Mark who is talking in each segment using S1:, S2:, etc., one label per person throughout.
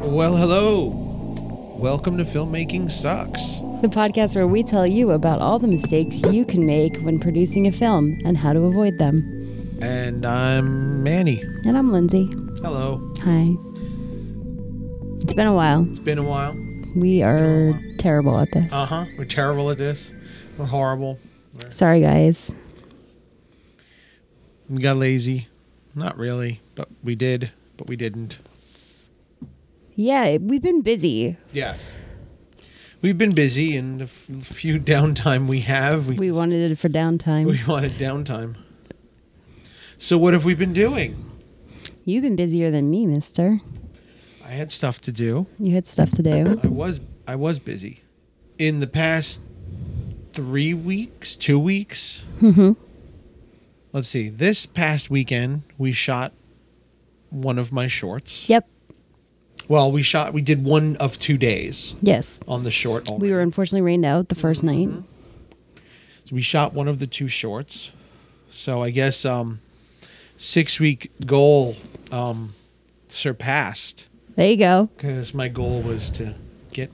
S1: Well, hello. Welcome to Filmmaking Sucks.
S2: the podcast where we tell you about all the mistakes you can make when producing a film and how to avoid them.
S1: And I'm Manny.
S2: And I'm Lindsay.
S1: Hello.
S2: Hi. It's been a while.
S1: It's been a while.
S2: We are terrible at this.
S1: Uh huh. We're terrible at this. We're horrible.
S2: Sorry, guys.
S1: We got lazy. Not really, but we did, but we didn't.
S2: Yeah, we've been busy.
S1: Yes. We've been busy, and the f- few downtime we have, we,
S2: We wanted it for downtime.
S1: we wanted downtime. So, what have we been doing?
S2: You've been busier than me, mister.
S1: I had stuff to do.
S2: You had stuff to do.
S1: I was I was busy. In the past three weeks, two weeks.
S2: Mm-hmm.
S1: Let's see. This past weekend, we shot one of my shorts.
S2: Yep.
S1: Well, we shot. We did one of two days
S2: Yes.
S1: on the short. Only.
S2: We were unfortunately rained out the 1st
S1: Mm-hmm.
S2: night.
S1: So we shot one of the two shorts. So I guess um, six week goal um, surpassed
S2: There you go.
S1: because my goal was to get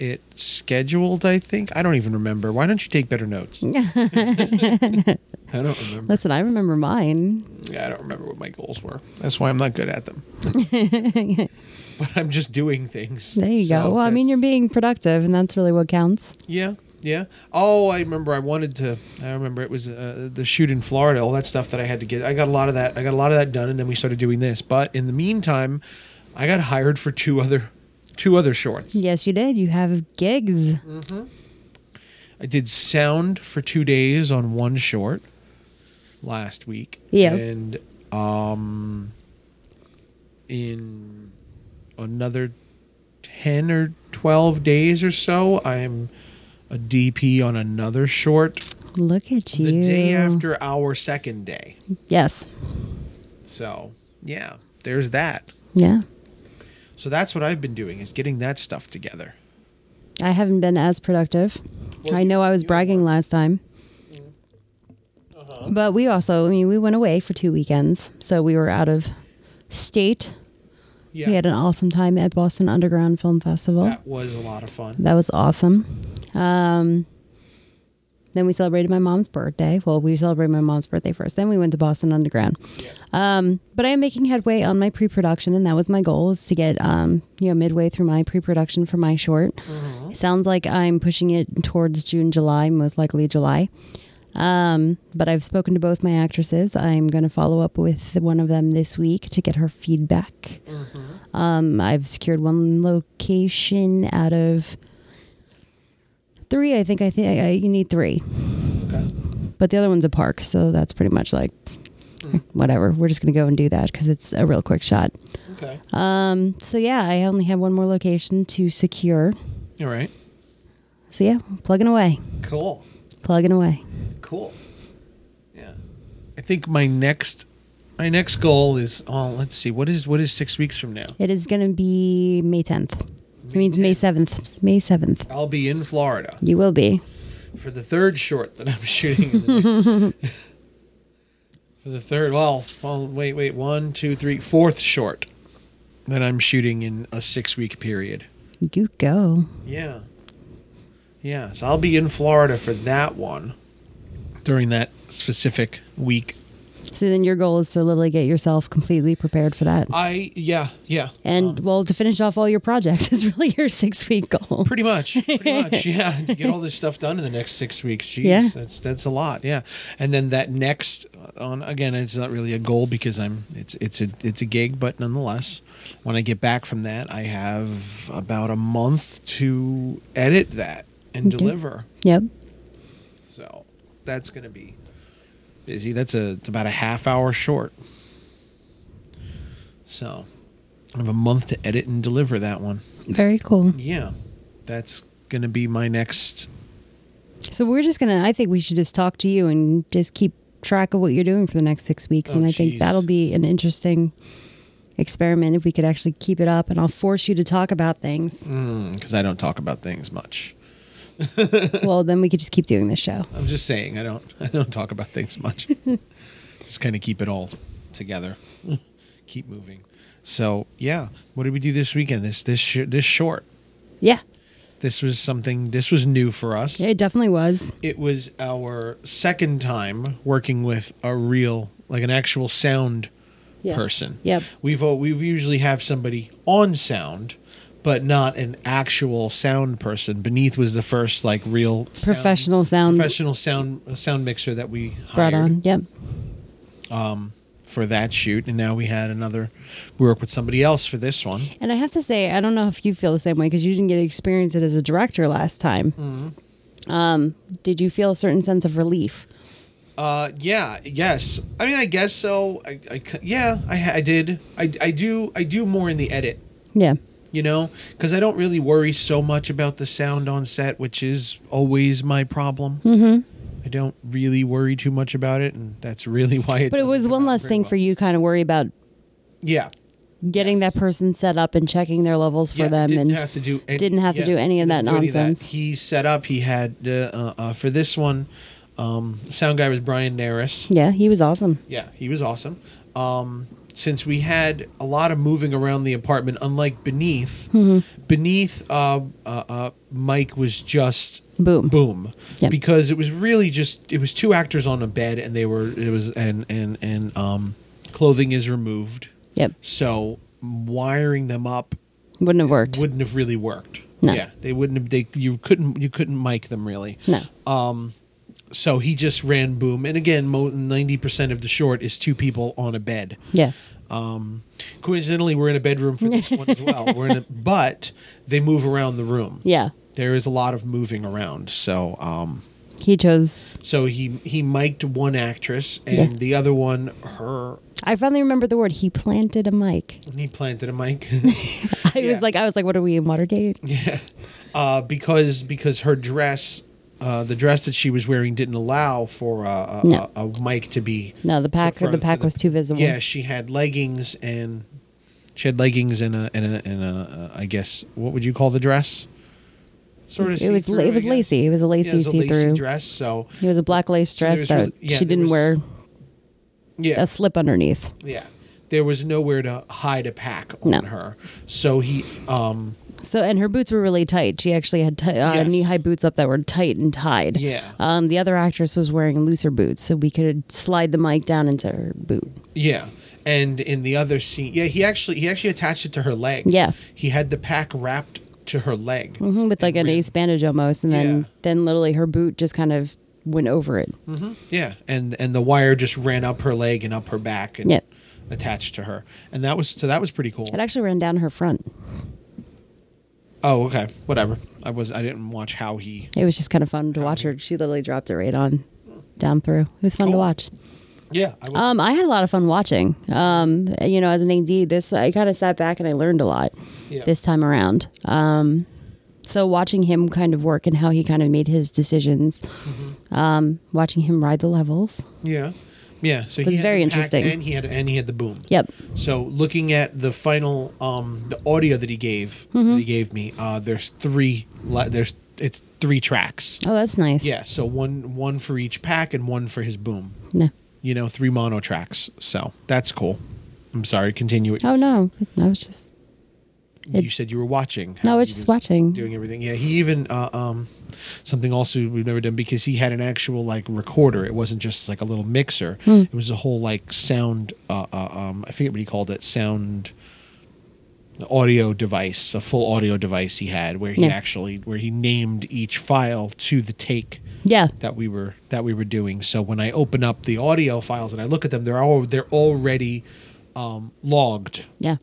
S1: it scheduled. I think I don't even remember. Why don't you take better notes? I don't remember.
S2: Listen, I remember mine.
S1: Yeah, I don't remember what my goals were. That's why I'm not good at them. but I'm just doing things.
S2: There you
S1: So
S2: go. Well, I mean,
S1: that's-
S2: you're being productive, and that's really what counts.
S1: Yeah, yeah. Oh, I remember. I wanted to. I remember it was uh, the shoot in Florida. All that stuff that I had to get. I got a lot of that. I got a lot of that done, and then we started doing this. But in the meantime, I got hired for two other, two other shorts.
S2: Yes, you did. You have gigs.
S1: Mm-hmm. I did sound for two days on one short last week.
S2: Yeah.
S1: And um in another ten or twelve days or so, I'm a DP on another short
S2: Look at you.
S1: the day after our second day.
S2: Yes.
S1: So yeah, there's that.
S2: Yeah.
S1: So that's what I've been doing is getting that stuff together.
S2: I haven't been as productive.
S1: Well,
S2: I know I was
S1: you Mm.
S2: bragging last time.
S1: Uh-huh.
S2: But we also, I mean, we went away for two weekends. So we were out of state.
S1: Yeah.
S2: We had an awesome time at Boston Underground Film Festival.
S1: that was a lot of fun.
S2: That was awesome. Um, then we celebrated my mom's birthday. Well, we celebrated my mom's birthday first. Then we went to Boston Underground. Um, but I am making headway on my pre-production, and that was my goal: is to get um, you know midway through my pre-production for my short. Sounds like I'm pushing it towards June, July, most likely July. Um, but I've spoken to both my actresses. I'm going to follow up with one of them this week to get her feedback.
S1: Mm-hmm.
S2: Um, I've secured one location out of three. I think I think I, you need three,
S1: Okay.
S2: but the other one's a park, so that's pretty much like whatever. We're just gonna go and do that because it's a real quick shot.
S1: Okay.
S2: Um, so yeah, I only have one more location to secure.
S1: All right.
S2: So yeah, plugging away,
S1: Cool.
S2: plugging away.
S1: Cool. Yeah. I think my next my next goal is oh let's see what is what is six weeks from now.
S2: It is gonna be May tenth. I mean, it's May seventh. May seventh.
S1: I'll be in Florida
S2: You will be.
S1: for the third short that I'm shooting. In the day. for the third, well, well, wait, wait, one, two, three, fourth short that I'm shooting in a six week period.
S2: You go.
S1: Yeah. Yeah. So I'll be in Florida for that one during that specific week.
S2: So then your goal is to literally get yourself completely prepared for that.
S1: I, yeah, yeah.
S2: And well, to finish off all your projects is really your six week goal.
S1: Pretty much, pretty much, yeah. To get all this stuff done in the next six weeks, jeez,
S2: Yeah.
S1: that's that's a lot, yeah. And then that next uh, on again, it's not really a goal because I'm it's it's a it's a gig, but nonetheless, when I get back from that, I have about a month to edit that and
S2: Okay.
S1: deliver.
S2: Yep.
S1: So that's gonna be busy. That's a it's about a half hour short. So I have a month to edit and deliver that one.
S2: Very cool.
S1: Yeah, that's gonna be my next
S2: So we're just gonna. I think we should just talk to you and just keep track of what you're doing for the next six weeks.
S1: Oh,
S2: and I
S1: geez.
S2: think that'll be an interesting experiment if we could actually keep it up. And I'll force you to talk about things.
S1: Mm. because hmm, I don't talk about things much.
S2: well, then we could just keep doing this show.
S1: I'm just saying I don't I don't talk about things much. just kind of keep it all together. keep moving. So yeah, what did we do this weekend? This this sh- this short.
S2: Yeah.
S1: This was something. This was new for us.
S2: It definitely was.
S1: It was our second time working with a real, like an actual sound
S2: Yes.
S1: person.
S2: Yep.
S1: We've al- we usually have somebody on sound, but not an actual sound person. Beneath was the first like real sound-
S2: Professional sound
S1: professional sound sound mixer that we
S2: brought
S1: hired
S2: on. Yep.
S1: for that shoot, and now we had another. We worked with somebody else for this one.
S2: And I have to say, I don't know if you feel the same way because you didn't get to experience it as a director last time.
S1: Mm-hmm.
S2: Um, did you feel a certain sense of relief?
S1: Uh, yeah, yes. I mean, I guess so. I, I c- yeah, I, ha- I did. I, I do. I do more in the edit,
S2: Yeah.
S1: you know, because I don't really worry so much about the sound on set, which is always my problem. Mm-hmm. I don't really worry too much about it, and that's really why it.
S2: But it was one less thing for you to kind of worry about
S1: Yeah,
S2: getting
S1: Yes.
S2: that person set up and checking their levels for
S1: yeah,
S2: them
S1: Didn't
S2: and
S1: have to do. Any,
S2: didn't have to
S1: yeah,
S2: do any of
S1: didn't
S2: that
S1: do
S2: nonsense.
S1: He set up. He had uh, uh, uh, for this one. Um, the sound guy was Brian Naris.
S2: Yeah, he was awesome.
S1: Yeah, he was awesome. Um, since we had a lot of moving around the apartment, unlike beneath,
S2: Mm-hmm.
S1: beneath uh, uh, uh, Mike was just
S2: Boom.
S1: boom,
S2: Yep.
S1: because it was really just it was two actors on a bed, and they were it was and and and um, clothing is removed,
S2: Yep.
S1: so wiring them up
S2: Wouldn't have worked.
S1: wouldn't have really worked.
S2: No.
S1: Yeah, they wouldn't have. They you couldn't you couldn't mic them really
S2: no.
S1: so he just ran boom and again ninety percent of the short is two people on a bed.
S2: yeah.
S1: Um, coincidentally, we're in a bedroom for this one as well. We're in a, but they move around the room.
S2: Yeah.
S1: There is a lot of moving around. So um,
S2: He chose.
S1: so he he mic'd one actress and
S2: Yeah.
S1: the other one her.
S2: I finally remember the word. He planted a mic.
S1: and He planted a mic.
S2: I
S1: Yeah.
S2: was like, I was like, what are we in Watergate?
S1: Yeah, uh, because because her dress, uh, the dress that she was wearing, didn't allow for a, a,
S2: No.
S1: a, a mic to be.
S2: No, the pack.
S1: for-
S2: The
S1: for
S2: pack was too visible.
S1: Yeah, she had leggings and she had leggings and a and a and a uh, I guess what would you call the dress? Sort of.
S2: It was
S1: see-through,
S2: it
S1: I
S2: was
S1: guess.
S2: lacy. It was a
S1: Yeah,
S2: lacy
S1: it was a
S2: see
S1: lacy
S2: through.
S1: dress. So
S2: It was a black lace
S1: So there
S2: dress
S1: was
S2: that
S1: really- yeah,
S2: she
S1: there
S2: didn't
S1: was-
S2: wear
S1: yeah,
S2: a slip underneath.
S1: yeah. There was nowhere to hide a pack on
S2: No.
S1: her. So he um
S2: So and her boots were really tight. She actually had ti- uh,
S1: Yes.
S2: knee high boots up that were tight and tied.
S1: Yeah.
S2: Um, the other actress was wearing looser boots, so we could slide the mic down into her boot.
S1: yeah. And in the other scene, yeah, he actually he actually attached it to her leg.
S2: Yeah.
S1: He had the pack wrapped to her leg.
S2: Mhm, with like
S1: And
S2: an
S1: ran-
S2: ace bandage almost, and then
S1: Yeah. Hmm.
S2: then literally her boot just kind of went over it.
S1: Yeah, and and the wire just ran up her leg and up her back and
S2: Yep.
S1: attached to her, and that was so that was pretty cool.
S2: It actually ran down her front.
S1: Oh, okay, whatever. I was I didn't watch how he.
S2: It was just kind of fun to watch her. She literally dropped it right on down through. It was fun to
S1: Cool.
S2: watch.
S1: Yeah, I was,
S2: Um, I had a lot of fun watching. Um, you know, as an AD, this I kind of sat back and I learned a lot
S1: Yeah.
S2: this time around. Um, so watching him kind of work and how he kind of made his decisions,
S1: Mm-hmm.
S2: um, watching him ride the levels.
S1: yeah, yeah. So
S2: was
S1: he had
S2: very
S1: the pack
S2: interesting.
S1: and he had and he had the boom.
S2: Yep.
S1: So looking at the final, um, the audio that he gave
S2: Mm-hmm.
S1: that he gave me, uh, there's three. li- There's it's three tracks.
S2: Oh, that's nice.
S1: Yeah, so one one for each pack and one for his boom.
S2: No.
S1: You know, three mono tracks. So that's cool. I'm sorry. Continue. it.
S2: Oh no, I was just
S1: you said you were watching.
S2: Oh, No,
S1: how
S2: I was
S1: he
S2: just watching.
S1: Doing everything. Yeah, he even uh, um, something also we've never done because he had an actual like recorder. It wasn't just like a little mixer.
S2: Hmm.
S1: It was a whole like sound. Uh, uh, um, I forget what he called it. Sound audio device, a full audio device he had where he
S2: Yeah.
S1: actually where he named each file to the take
S2: yeah.
S1: that we were that we were doing. So when I open up the audio files and I look at them, they're all they're already um, logged.
S2: Yeah.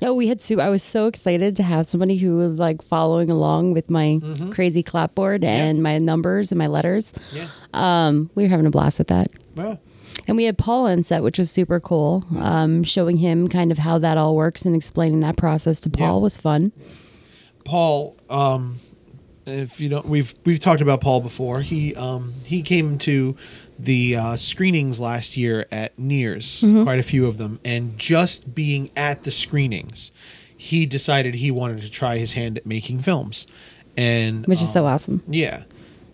S2: Oh, we had Sue. I was so excited to have somebody who was like following along with my crazy clapboard and my numbers and my letters.
S1: Yeah.
S2: Um, we were having a blast with that.
S1: Well,
S2: And we had Paul on set, which was super cool. Um, showing him kind of how that all works and explaining that process to Paul
S1: Yeah.
S2: was fun.
S1: Paul, um, if you don't, we've we've talked about Paul before. He um, he came to the uh, screenings last year at Nears,
S2: Mm-hmm.
S1: quite a few of them, and just being at the screenings, he decided he wanted to try his hand at making films, and
S2: Which is so
S1: um,
S2: awesome.
S1: Yeah,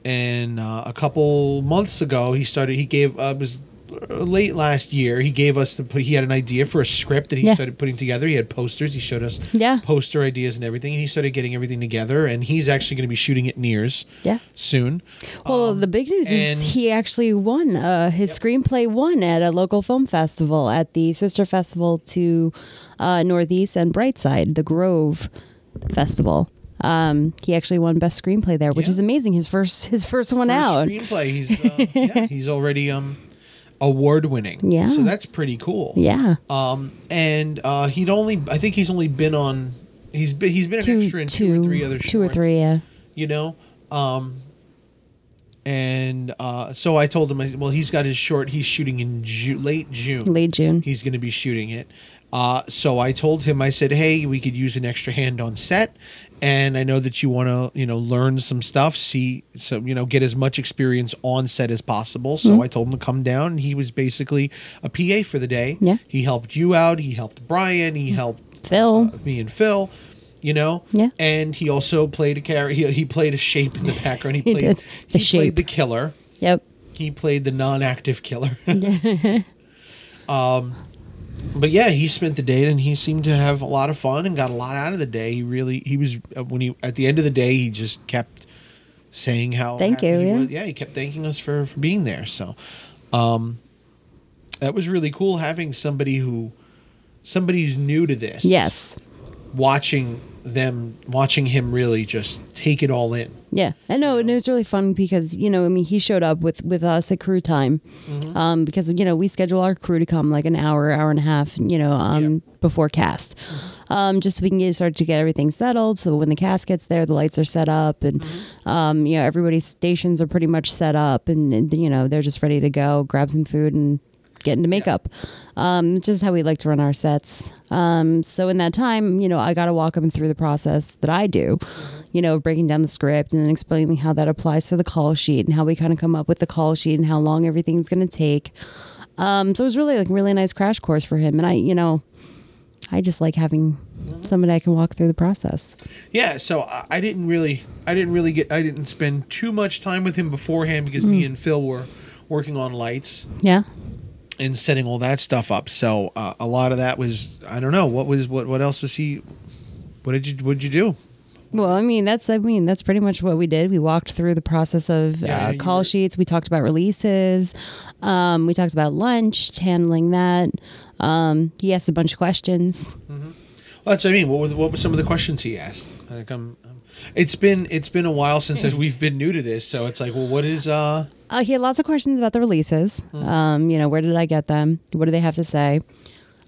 S1: and uh, a couple months ago, he started. He gave uh, it was late last year, he gave us the he had an idea for a script that he
S2: Yeah.
S1: started putting together. He had posters. He showed us
S2: Yeah.
S1: poster ideas and everything, and he started getting everything together. And he's actually going to be shooting at Nears
S2: Yeah.
S1: soon.
S2: Well, the big news
S1: Um, and-
S2: is he actually won. Uh, his screenplay won at a local film festival at the sister festival to uh, Northeast and Brightside, the Grove Festival. Um, he actually won best screenplay there, which
S1: Yeah.
S2: is amazing. His first, his first one
S1: First
S2: out.
S1: screenplay. He's uh, yeah, he's already um award winning.
S2: Yeah.
S1: so that's pretty cool.
S2: Yeah,
S1: Um, and uh, he'd only I think he's only been on he's been he's been an extra in two, or three other shorts.
S2: two or three. Yeah,
S1: you know um and uh so i told him I, said, well he's got his short he's shooting in Ju- late june
S2: late June.
S1: he's going to be shooting it uh so i told him i said hey we could use an extra hand on set and i know that you want to you know learn some stuff see so you know get as much experience on set as possible
S2: Mm-hmm.
S1: so i told him to come down and he was basically a pa for the day
S2: Yeah. Mm-hmm.
S1: he helped you out he helped brian he helped
S2: Phil.
S1: uh, me and Phil, you know.
S2: Oh. Yeah.
S1: And he also played a character. He, he played a shape in the background. He
S2: He
S1: played
S2: did. The
S1: he played
S2: shape.
S1: the killer.
S2: Yep.
S1: He played the non-active killer. um, but yeah, he spent the day and he seemed to have a lot of fun and got a lot out of the day. He really he was uh, when he at the end of the day he just kept saying how
S2: Thank
S1: happy
S2: you,
S1: he
S2: yeah.
S1: was. yeah he kept thanking us for for being there. So um, that was really cool having somebody who somebody who's new to this
S2: Yes.
S1: watching them watching him really just take it all in
S2: Yeah, I know, and it was really fun because you know, I mean, he showed up with with us at crew time,
S1: Mm-hmm.
S2: um, because you know we schedule our crew to come like an hour, hour and a half, you know, um, before cast, um, just so we can get start to get everything settled. So when the cast gets there, the lights are set up, and um, you know everybody's stations are pretty much set up, and, and, you know they're just ready to go, grab some food, and get into makeup. Um, just how we like to run our sets. Um, so in that time, you know, I got to walk them through the process that I do, you know, breaking down the script and then explaining how that applies to the call sheet and how we kind of come up with the call sheet and how long everything's going to take. Um, so it was really like a really nice crash course for him. And I, you know, I just like having somebody I can walk through the process.
S1: yeah so I, I didn't really i didn't really get i didn't spend too much time with him beforehand because me and phil were working on lights
S2: Yeah.
S1: and setting all that stuff up so uh, a lot of that was i don't know what was what what else was he what did you what did you do
S2: Well, I mean, that's I mean, that's pretty much what we did. We walked through the process of
S1: Yeah,
S2: uh,
S1: you
S2: call
S1: were-
S2: sheets. We talked about releases. Um, we talked about lunch, handling that. Um, he asked a bunch of questions.
S1: well, that's what i mean what were the, what were some of the questions he asked like i'm I'm- it's been it's been a while since we've been new to this, so it's like, well, what is uh?
S2: Uh, he had lots of questions about the releases.
S1: Mm-hmm.
S2: Um, you know, where did I get them? What do they have to say?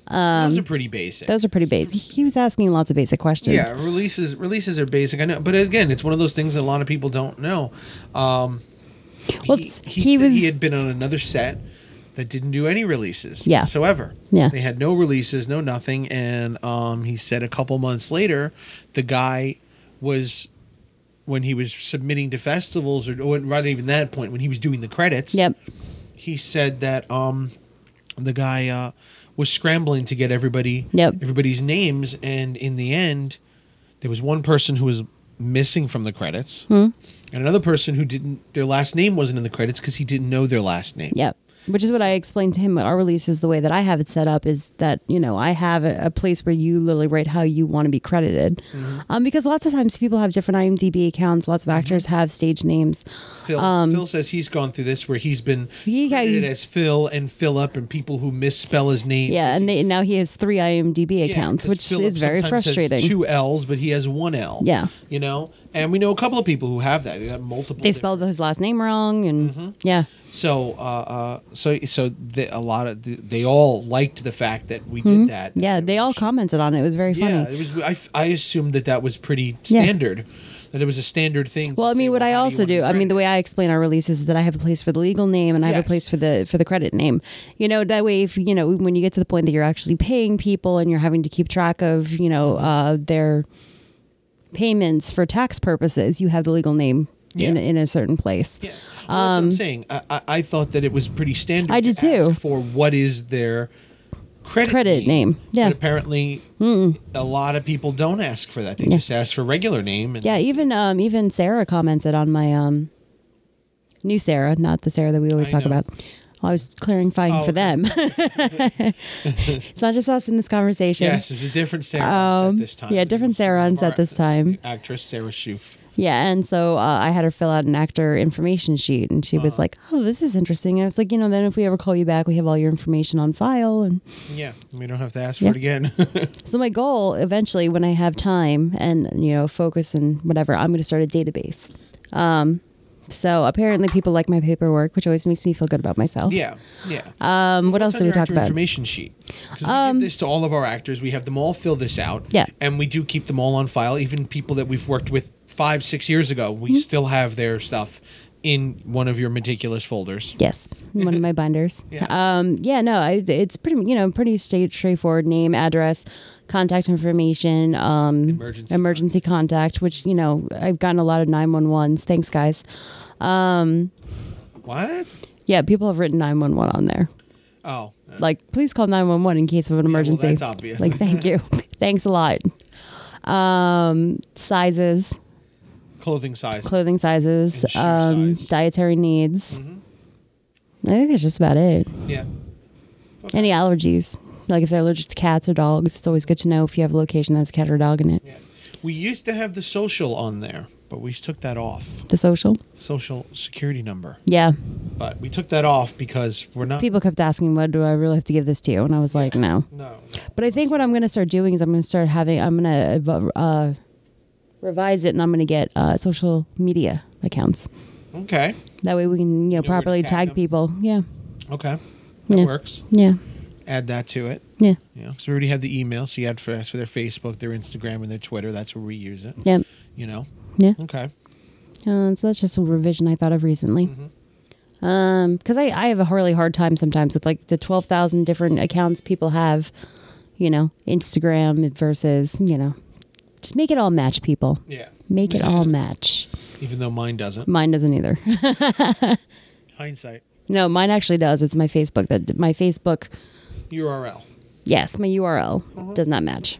S1: those are pretty basic.
S2: Those are pretty basic. He was asking lots of basic questions.
S1: Yeah, releases releases are basic. I know, but again, it's one of those things that a lot of people don't know. Um,
S2: Well,
S1: he,
S2: it's-
S1: he
S2: he
S1: said
S2: was-
S1: he had been on another set that didn't do any releases
S2: Yeah.
S1: whatsoever.
S2: Yeah.
S1: they had no releases, no nothing, and um, he said a couple months later, the guy was when he was submitting to festivals, or, or right even that point when he was doing the credits.
S2: Yep.
S1: he said that um, the guy uh, was scrambling to get everybody
S2: Yep.
S1: everybody's names, and in the end, there was one person who was missing from the credits,
S2: Hmm.
S1: and another person who didn't. Their last name wasn't in the credits because he didn't know their last name.
S2: Yep. Which is what I explained to him. Our release is the way that I have it set up is that, you know, I have a, a place where you literally write how you want to be credited.
S1: Mm-hmm.
S2: Um, because lots of times people have different IMDb accounts, lots of actors have stage names.
S1: Phil, Phil says he's gone through this where he's been
S2: Um, He-
S1: credited as Phil and Philip and people who misspell his name.
S2: Yeah. And they, now he has three IMDb
S1: Yeah,
S2: accounts,
S1: 'cause
S2: which
S1: Philip
S2: is very
S1: sometimes has
S2: frustrating.
S1: two L's, but he has one L.
S2: Yeah.
S1: you know, and we know a couple of people who have that. They have multiple.
S2: they
S1: different-
S2: spelled his last name wrong. And
S1: Mm-hmm.
S2: yeah.
S1: So, uh, uh, so, so the, a lot of the, they all liked the fact that we did that.
S2: Hmm? Yeah. They all commented on it. It was very funny.
S1: Yeah, it was. I, I assumed that that was pretty
S2: Yeah.
S1: standard. That it was a standard thing. to
S2: Well, I
S1: say,
S2: mean, what I
S1: how
S2: also
S1: you
S2: do,
S1: wanna
S2: I
S1: be
S2: mean, the way I explain our releases is that I have a place for the legal name and I have
S1: Yes.
S2: a place for the for the credit name. You know, that way, if you know, when you get to the point that you're actually paying people and you're having to keep track of, you know, uh, their payments for tax purposes, you have the legal name in
S1: Yeah.
S2: in a certain place.
S1: Yeah. Well, that's what I'm saying. I, I, I thought that it was pretty standard.
S2: Um, I
S1: to
S2: did too.
S1: ask for what is their credit
S2: Credit name. Yeah.
S1: But apparently, a lot of people don't ask for that. They just ask for regular name. And
S2: Yeah, even um, even Sarah commented on my um, new Sarah, not the Sarah that we always
S1: I
S2: talk
S1: know.
S2: about. I was clarifying
S1: Oh,
S2: for them. it's not just us in this conversation.
S1: Yes, there's a different Sarah
S2: Um,
S1: at this time.
S2: yeah, different Sarahs at this time.
S1: Actress Sarah Shoof.
S2: Yeah, and so uh, I had her fill out an actor information sheet, and she
S1: Uh-huh.
S2: was like, "Oh, this is interesting." And I was like, "You know, then if we ever call you back, we have all your information on file." And
S1: Yeah, we don't have to ask
S2: Yeah.
S1: for it again.
S2: so my goal, eventually, when I have time and you know focus and whatever, I'm going to start a database. Um, so apparently, people like my paperwork, which always makes me feel good about myself.
S1: yeah, yeah.
S2: Um, what else
S1: What's
S2: did
S1: on
S2: we
S1: your
S2: talk
S1: actor
S2: about? Um,
S1: Information sheet. 'Cause we give this to all of our actors. We have them all fill this out.
S2: Yeah.
S1: and we do keep them all on file. Even people that we've worked with five, six years ago, we
S2: Mm-hmm.
S1: still have their stuff in one of your meticulous folders.
S2: Yes, one of my binders.
S1: Yeah.
S2: Um, yeah, no, I, it's pretty, you know, pretty straight, straightforward. Name, address, contact information, um,
S1: Emergency
S2: emergency contact. Which you know, I've gotten a lot of nine one ones. Thanks, guys. Um,
S1: What?
S2: yeah, people have written nine one one on there.
S1: Oh, uh,
S2: Like, please call nine one one in case of an
S1: well,
S2: emergency.
S1: that's obvious.
S2: Like, thank you, thanks a lot. Um, sizes,
S1: clothing size.
S2: clothing sizes,
S1: And shoe
S2: um,
S1: size. Mm-hmm.
S2: dietary needs. I think that's just about it.
S1: Yeah.
S2: Any allergies? Like if they're allergic to cats or dogs, it's always good to know if you have a location that has a cat or a dog in it.
S1: yeah. We used to have the social on there, but we took that off.
S2: The social?
S1: Social security number.
S2: Yeah.
S1: But we took that off because we're not.
S2: People kept asking, "What do I really have to give this to?" you?" And I was like, "No."
S1: No.
S2: But I think what I'm going to start doing is I'm going to start having I'm going to uh, revise it and I'm going to get uh, social media accounts.
S1: Okay.
S2: That way we can
S1: Know
S2: you know
S1: where to
S2: properly
S1: tag
S2: tag,
S1: them.
S2: people. Yeah.
S1: Okay. That
S2: Yeah.
S1: works.
S2: Yeah.
S1: Add that to it.
S2: Yeah.
S1: Yeah. So we already have the email. So you had for, that's for their Facebook, their Instagram, and their Twitter. That's where we use it.
S2: Yeah.
S1: You know.
S2: Yeah.
S1: Okay.
S2: Uh, so that's just a revision I thought of recently.
S1: Mm-hmm.
S2: Um, 'cause because I, I have a really hard time sometimes with like the 12,000 different accounts people have, you know, Instagram versus, you know, just make it all match people.
S1: Yeah.
S2: Make it all match.
S1: Even though mine doesn't.
S2: Mine doesn't either.
S1: Hindsight.
S2: no, mine actually does. It's my Facebook that my Facebook,
S1: URL.
S2: yes, my URL
S1: Mm-hmm.
S2: does not match.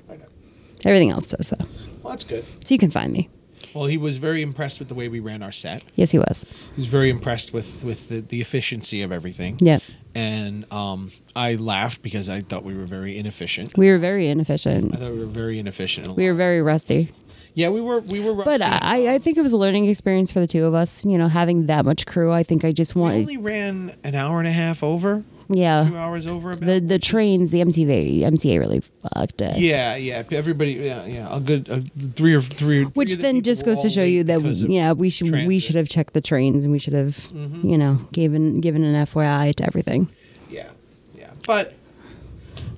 S2: Everything else does though.
S1: Well, that's good.
S2: So you can find me.
S1: Well, he was very impressed with the way we ran our set.
S2: Yes, he was.
S1: He was very impressed with with the, the efficiency of everything.
S2: Yeah.
S1: And um, I laughed because I thought we were very inefficient.
S2: We were very inefficient.
S1: I thought we were very inefficient. in a
S2: We
S1: lot
S2: were
S1: of
S2: very rusty.
S1: Yeah, we were we were rusty.
S2: But I, I think it was a learning experience for the two of us. You know, having that much crew, I think I just
S1: we
S2: wanted,
S1: only ran an hour and a half over, two
S2: yeah,
S1: hours over. About,
S2: the the
S1: which is-
S2: trains, the MTV, MTA really fucked us.
S1: Yeah, yeah. Everybody, yeah, yeah. A good uh, three or three. three
S2: Which
S1: of the
S2: then
S1: people
S2: just
S1: were
S2: goes to
S1: all
S2: show
S1: late
S2: you that
S1: because of-
S2: yeah we should we
S1: transit. Mm-hmm.
S2: should have checked the trains and we should have you know given given an FYI to everything.
S1: yeah, yeah. But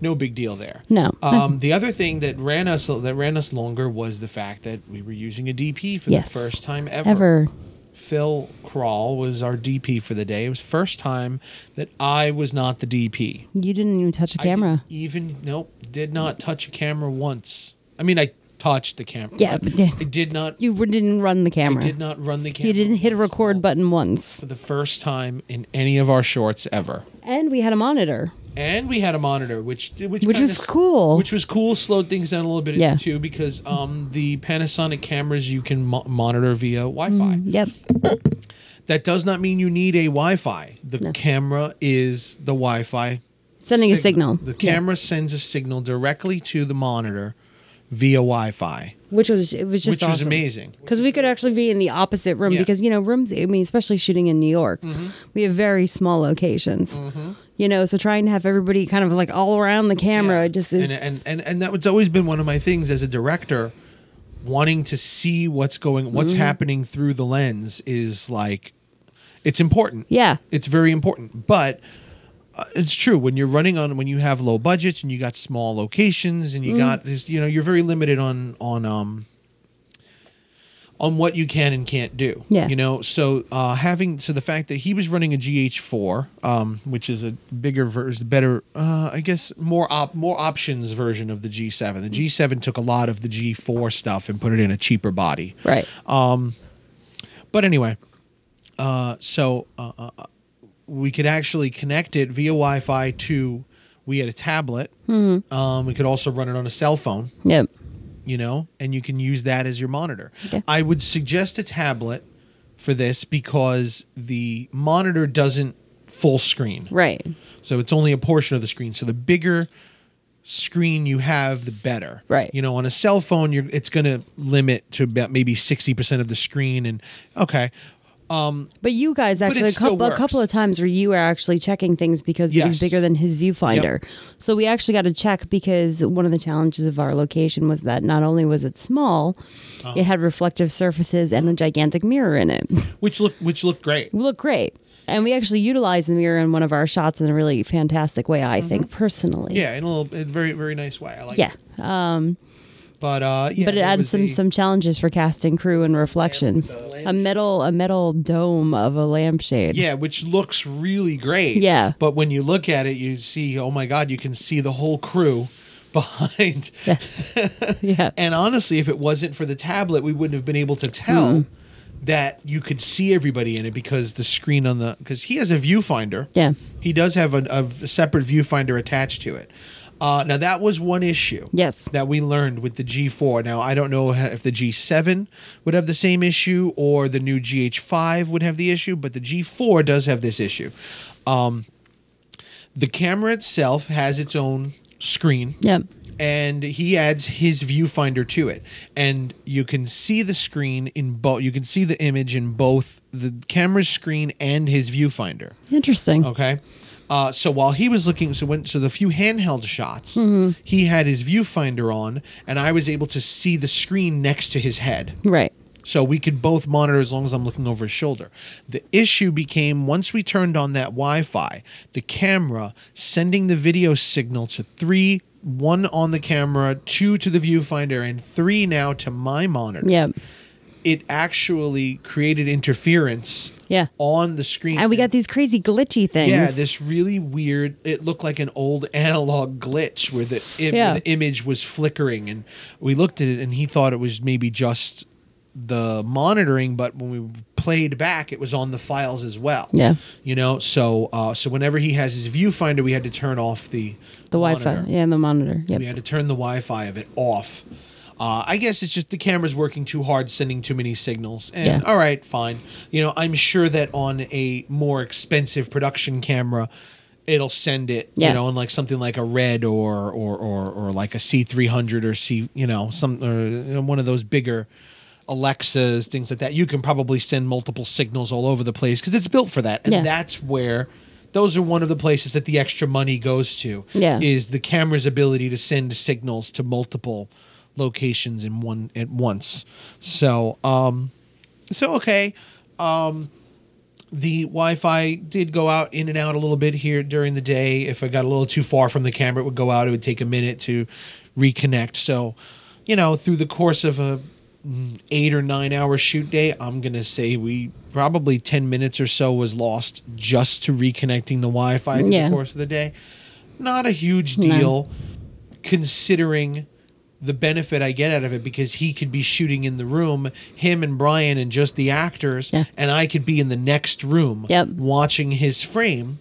S1: no big deal there.
S2: No.
S1: Um, the other thing that ran us that ran us longer was the fact that we were using a DP for
S2: Yes.
S1: the first time ever.
S2: Ever
S1: Phil Crawl was our DP for the day. It was first time that I was not the DP.
S2: you didn't even touch a
S1: I didn't
S2: camera.
S1: even nope, did not touch a camera once. I mean, I touched the camera.
S2: Yeah,
S1: but
S2: but did-
S1: I did not.
S2: You were- didn't run the
S1: I
S2: camera.
S1: did not run the camera.
S2: you didn't hit a
S1: once
S2: record button once.
S1: for the first time in any of our shorts ever.
S2: And we had a monitor.
S1: And we had a monitor, which which,
S2: Which
S1: kinda
S2: was
S1: s-
S2: cool.
S1: Which was cool. Slowed things down a little bit
S2: Yeah.
S1: too because um, the Panasonic cameras you can mo- monitor via Wi-Fi.
S2: Yep.
S1: That does not mean you need a Wi-Fi. The
S2: No.
S1: camera is the Wi-Fi
S2: Sending a signal.
S1: The
S2: Yeah.
S1: camera sends a signal directly to the monitor via Wi-Fi,
S2: Which was it was just
S1: which was
S2: awesome.
S1: amazing.
S2: because we could actually be in the opposite room
S1: Yeah. Mm-hmm.
S2: because you know rooms i mean especially shooting in new york we have very small locations you know so trying to have everybody kind of like all around the camera
S1: Yeah.
S2: just is
S1: and, and and and that was always been one of my things as a director, wanting to see what's going, what's
S2: Mm-hmm.
S1: happening through the lens is like, it's important.
S2: yeah
S1: it's very important but uh, it's true when you're running on when you have low budgets and you got small locations and you
S2: Mm.
S1: got this you know you're very limited on on um on what you can and can't do
S2: Yeah.
S1: you know so uh having so the fact that he was running a gh4 um which is a bigger version better uh i guess more op more options version of the g7 the g7 took a lot of the g4 stuff and put it in a cheaper body
S2: right
S1: Um, but anyway, uh, so uh, uh, uh, we could actually connect it via Wi-Fi to. We had a tablet.
S2: Hmm.
S1: Um, we could also run it on a cell phone,
S2: yep
S1: you know, and you can use that as your monitor.
S2: Okay.
S1: I would suggest a tablet for this because the monitor doesn't full screen.
S2: Right.
S1: So it's only a portion of the screen. So the bigger screen you have, the better.
S2: Right.
S1: You know, on a cell phone, you're it's going to limit to about maybe sixty percent of the screen. And okay,
S2: But you guys
S1: it
S2: actually a
S1: still
S2: couple, a
S1: works.
S2: couple of times where you were actually checking things because it
S1: Yes.
S2: was bigger than his viewfinder. So we actually got to check because one of the challenges of our location was that not only was it small,
S1: Uh-huh.
S2: it had reflective surfaces and a gigantic mirror in it.
S1: which look which looked great.
S2: We look great. And we actually utilized the mirror in one of our shots in a really fantastic way, I think, personally.
S1: Mm-hmm. Yeah, in a little in a very very nice way. I like.
S2: Yeah.
S1: It. But uh, yeah,
S2: But it
S1: there
S2: added
S1: was
S2: some
S1: a-
S2: some challenges for casting crew and reflections. A metal a metal dome of a lampshade.
S1: Yeah, which looks really great.
S2: Yeah.
S1: But when you look at it, you see, oh my God, you can see the whole crew behind.
S2: Yeah.
S1: And honestly, if it wasn't for the tablet, we wouldn't have been able to tell
S2: Mm.
S1: that you could see everybody in it because the screen on the because he has a viewfinder.
S2: Yeah.
S1: He does have an, a, a separate viewfinder attached to it. Uh, now that was one issue.
S2: Yes.
S1: That we learned with the G4. Now I don't know ha- if the G7 would have the same issue or the new GH5 would have the issue, but the G4 does have this issue. Um, the camera itself has its own screen
S2: Yep.
S1: and he adds his viewfinder to it and you can see the screen in both you can see the image in both the camera's screen and his viewfinder
S2: Interesting.
S1: okay uh, so while he was looking so when so the few handheld shots he had his viewfinder on and i was able to see the screen next to his head
S2: Right.
S1: so we could both monitor as long as I'm looking over his shoulder. The issue became once we turned on that Wi Fi, the camera sending the video signal to three one on the camera, two to the viewfinder, and three now to my monitor.
S2: Yep.
S1: It actually created interference
S2: Yeah.
S1: on the screen.
S2: And we got these crazy glitchy things.
S1: Yeah, this really weird. It looked like an old analog glitch where the, Im-
S2: Yeah.
S1: the image was flickering, and we looked at it, and he thought it was maybe just the monitoring, but when we played back, it was on the files as well.
S2: Yeah.
S1: you know, so uh, so whenever he has his viewfinder, we had to turn off the
S2: the Wi Fi.
S1: monitor.
S2: Yeah, and the monitor.
S1: We
S2: Yep.
S1: had to turn the Wi-Fi of it off. Uh, I guess it's just the camera's working too hard, sending too many signals. And
S2: Yeah.
S1: all right, fine. You know, I'm sure that on a more expensive production camera, it'll send it.
S2: Yeah.
S1: You know, on like something like a red or or or or like a C300 or C, you know, some or you know, one of those bigger. Alexas, things like that. You can probably send multiple signals all over the place because it's built for that, and
S2: Yeah.
S1: that's where those are one of the places that the extra money goes to
S2: Yeah.
S1: is the camera's ability to send signals to multiple locations in one at once. So, um, so okay, um, the Wi-Fi did go out in and out a little bit here during the day. If I got a little too far from the camera, it would go out. It would take a minute to reconnect. So, you know, through the course of a mm, eight or nine hour shoot day, I'm gonna say we probably ten minutes or so was lost just to reconnecting the Wi-Fi through
S2: Yeah.
S1: the course of the day not a huge deal considering the benefit I get out of it because he could be shooting in the room, him and Brian and just the actors,
S2: Yeah.
S1: and I could be in the next room
S2: Yep.
S1: watching his frame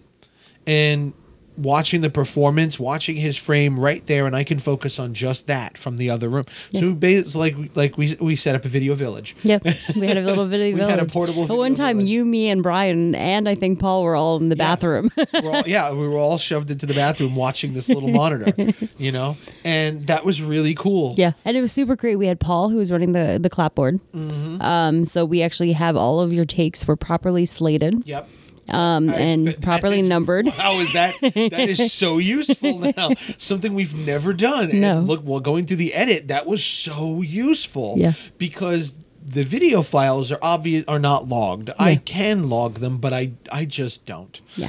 S1: and watching the performance, watching his frame right there, and I can focus on just that from the other room. So it's like like we we set up a video village.
S2: Yep. We had a little video
S1: We had a
S2: village.
S1: portable
S2: At one
S1: video
S2: time,
S1: village.
S2: you, me, and Brian, and I think Paul were all in the bathroom.
S1: we're all, yeah, we were all shoved into the bathroom watching this little monitor, you know, and that was really cool.
S2: yeah. And it was super great. We had Paul, who was running the, the clapboard.
S1: Mm-hmm.
S2: Um, so we actually have all of your takes were properly slated
S1: Yep.
S2: um,
S1: I-
S2: and
S1: that
S2: properly
S1: is-
S2: numbered.
S1: Wow, is that that is so useful now? Something we've never done. And
S2: No.
S1: look, while going through the edit, that was so useful.
S2: Yeah.
S1: Because the video files are obvious are not logged. I can log them, but I I just don't.
S2: Yeah.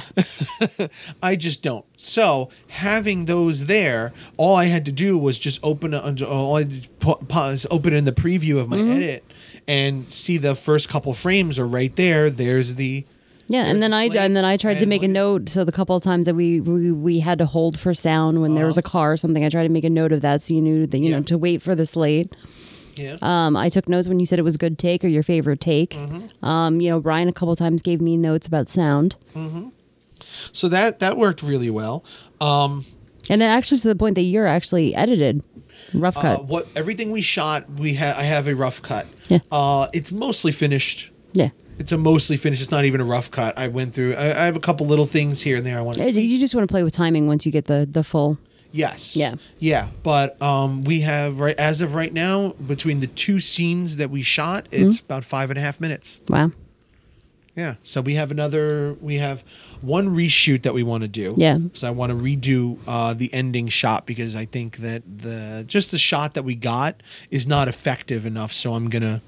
S1: I just don't. So having those there, all I had to do was just open a, all I did pa- pause, open in the preview of my
S2: Mm-hmm.
S1: edit and see the first couple frames are right there. There's the
S2: Yeah, and then I
S1: Versus
S2: and then I tried to
S1: and
S2: make a
S1: what-
S2: note. So the couple of times that we we, we had to hold for sound when there was a car or something, I tried to make a note of that so you knew that you
S1: Uh-huh. Yeah.
S2: know to wait for the slate.
S1: yeah.
S2: Um, I took notes when you said it was a good take or your favorite take.
S1: Mm-hmm.
S2: Um, you know, Brian a couple of times gave me notes about sound,
S1: So that that worked really well. Um,
S2: and then actually to the point that you're actually edited rough
S1: uh,
S2: cut.
S1: what everything we shot, we ha- I have a rough cut.
S2: Yeah.
S1: Uh, it's mostly finished.
S2: yeah,
S1: it's a mostly finished. It's not even a rough cut. I went through. I, I have a couple little things here and there. I want.
S2: Uh,
S1: to
S2: You just want to play with timing once you get the the full.
S1: Yes.
S2: Yeah.
S1: Yeah, but um, we have right as of right now between the two scenes that we shot,
S2: Mm-hmm.
S1: it's about five and a half minutes.
S2: Wow.
S1: Yeah. So we have another. We have one reshoot that we want to do.
S2: Yeah.
S1: So I want to redo uh, the ending shot because I think that the just the shot that we got is not effective enough. So I'm gonna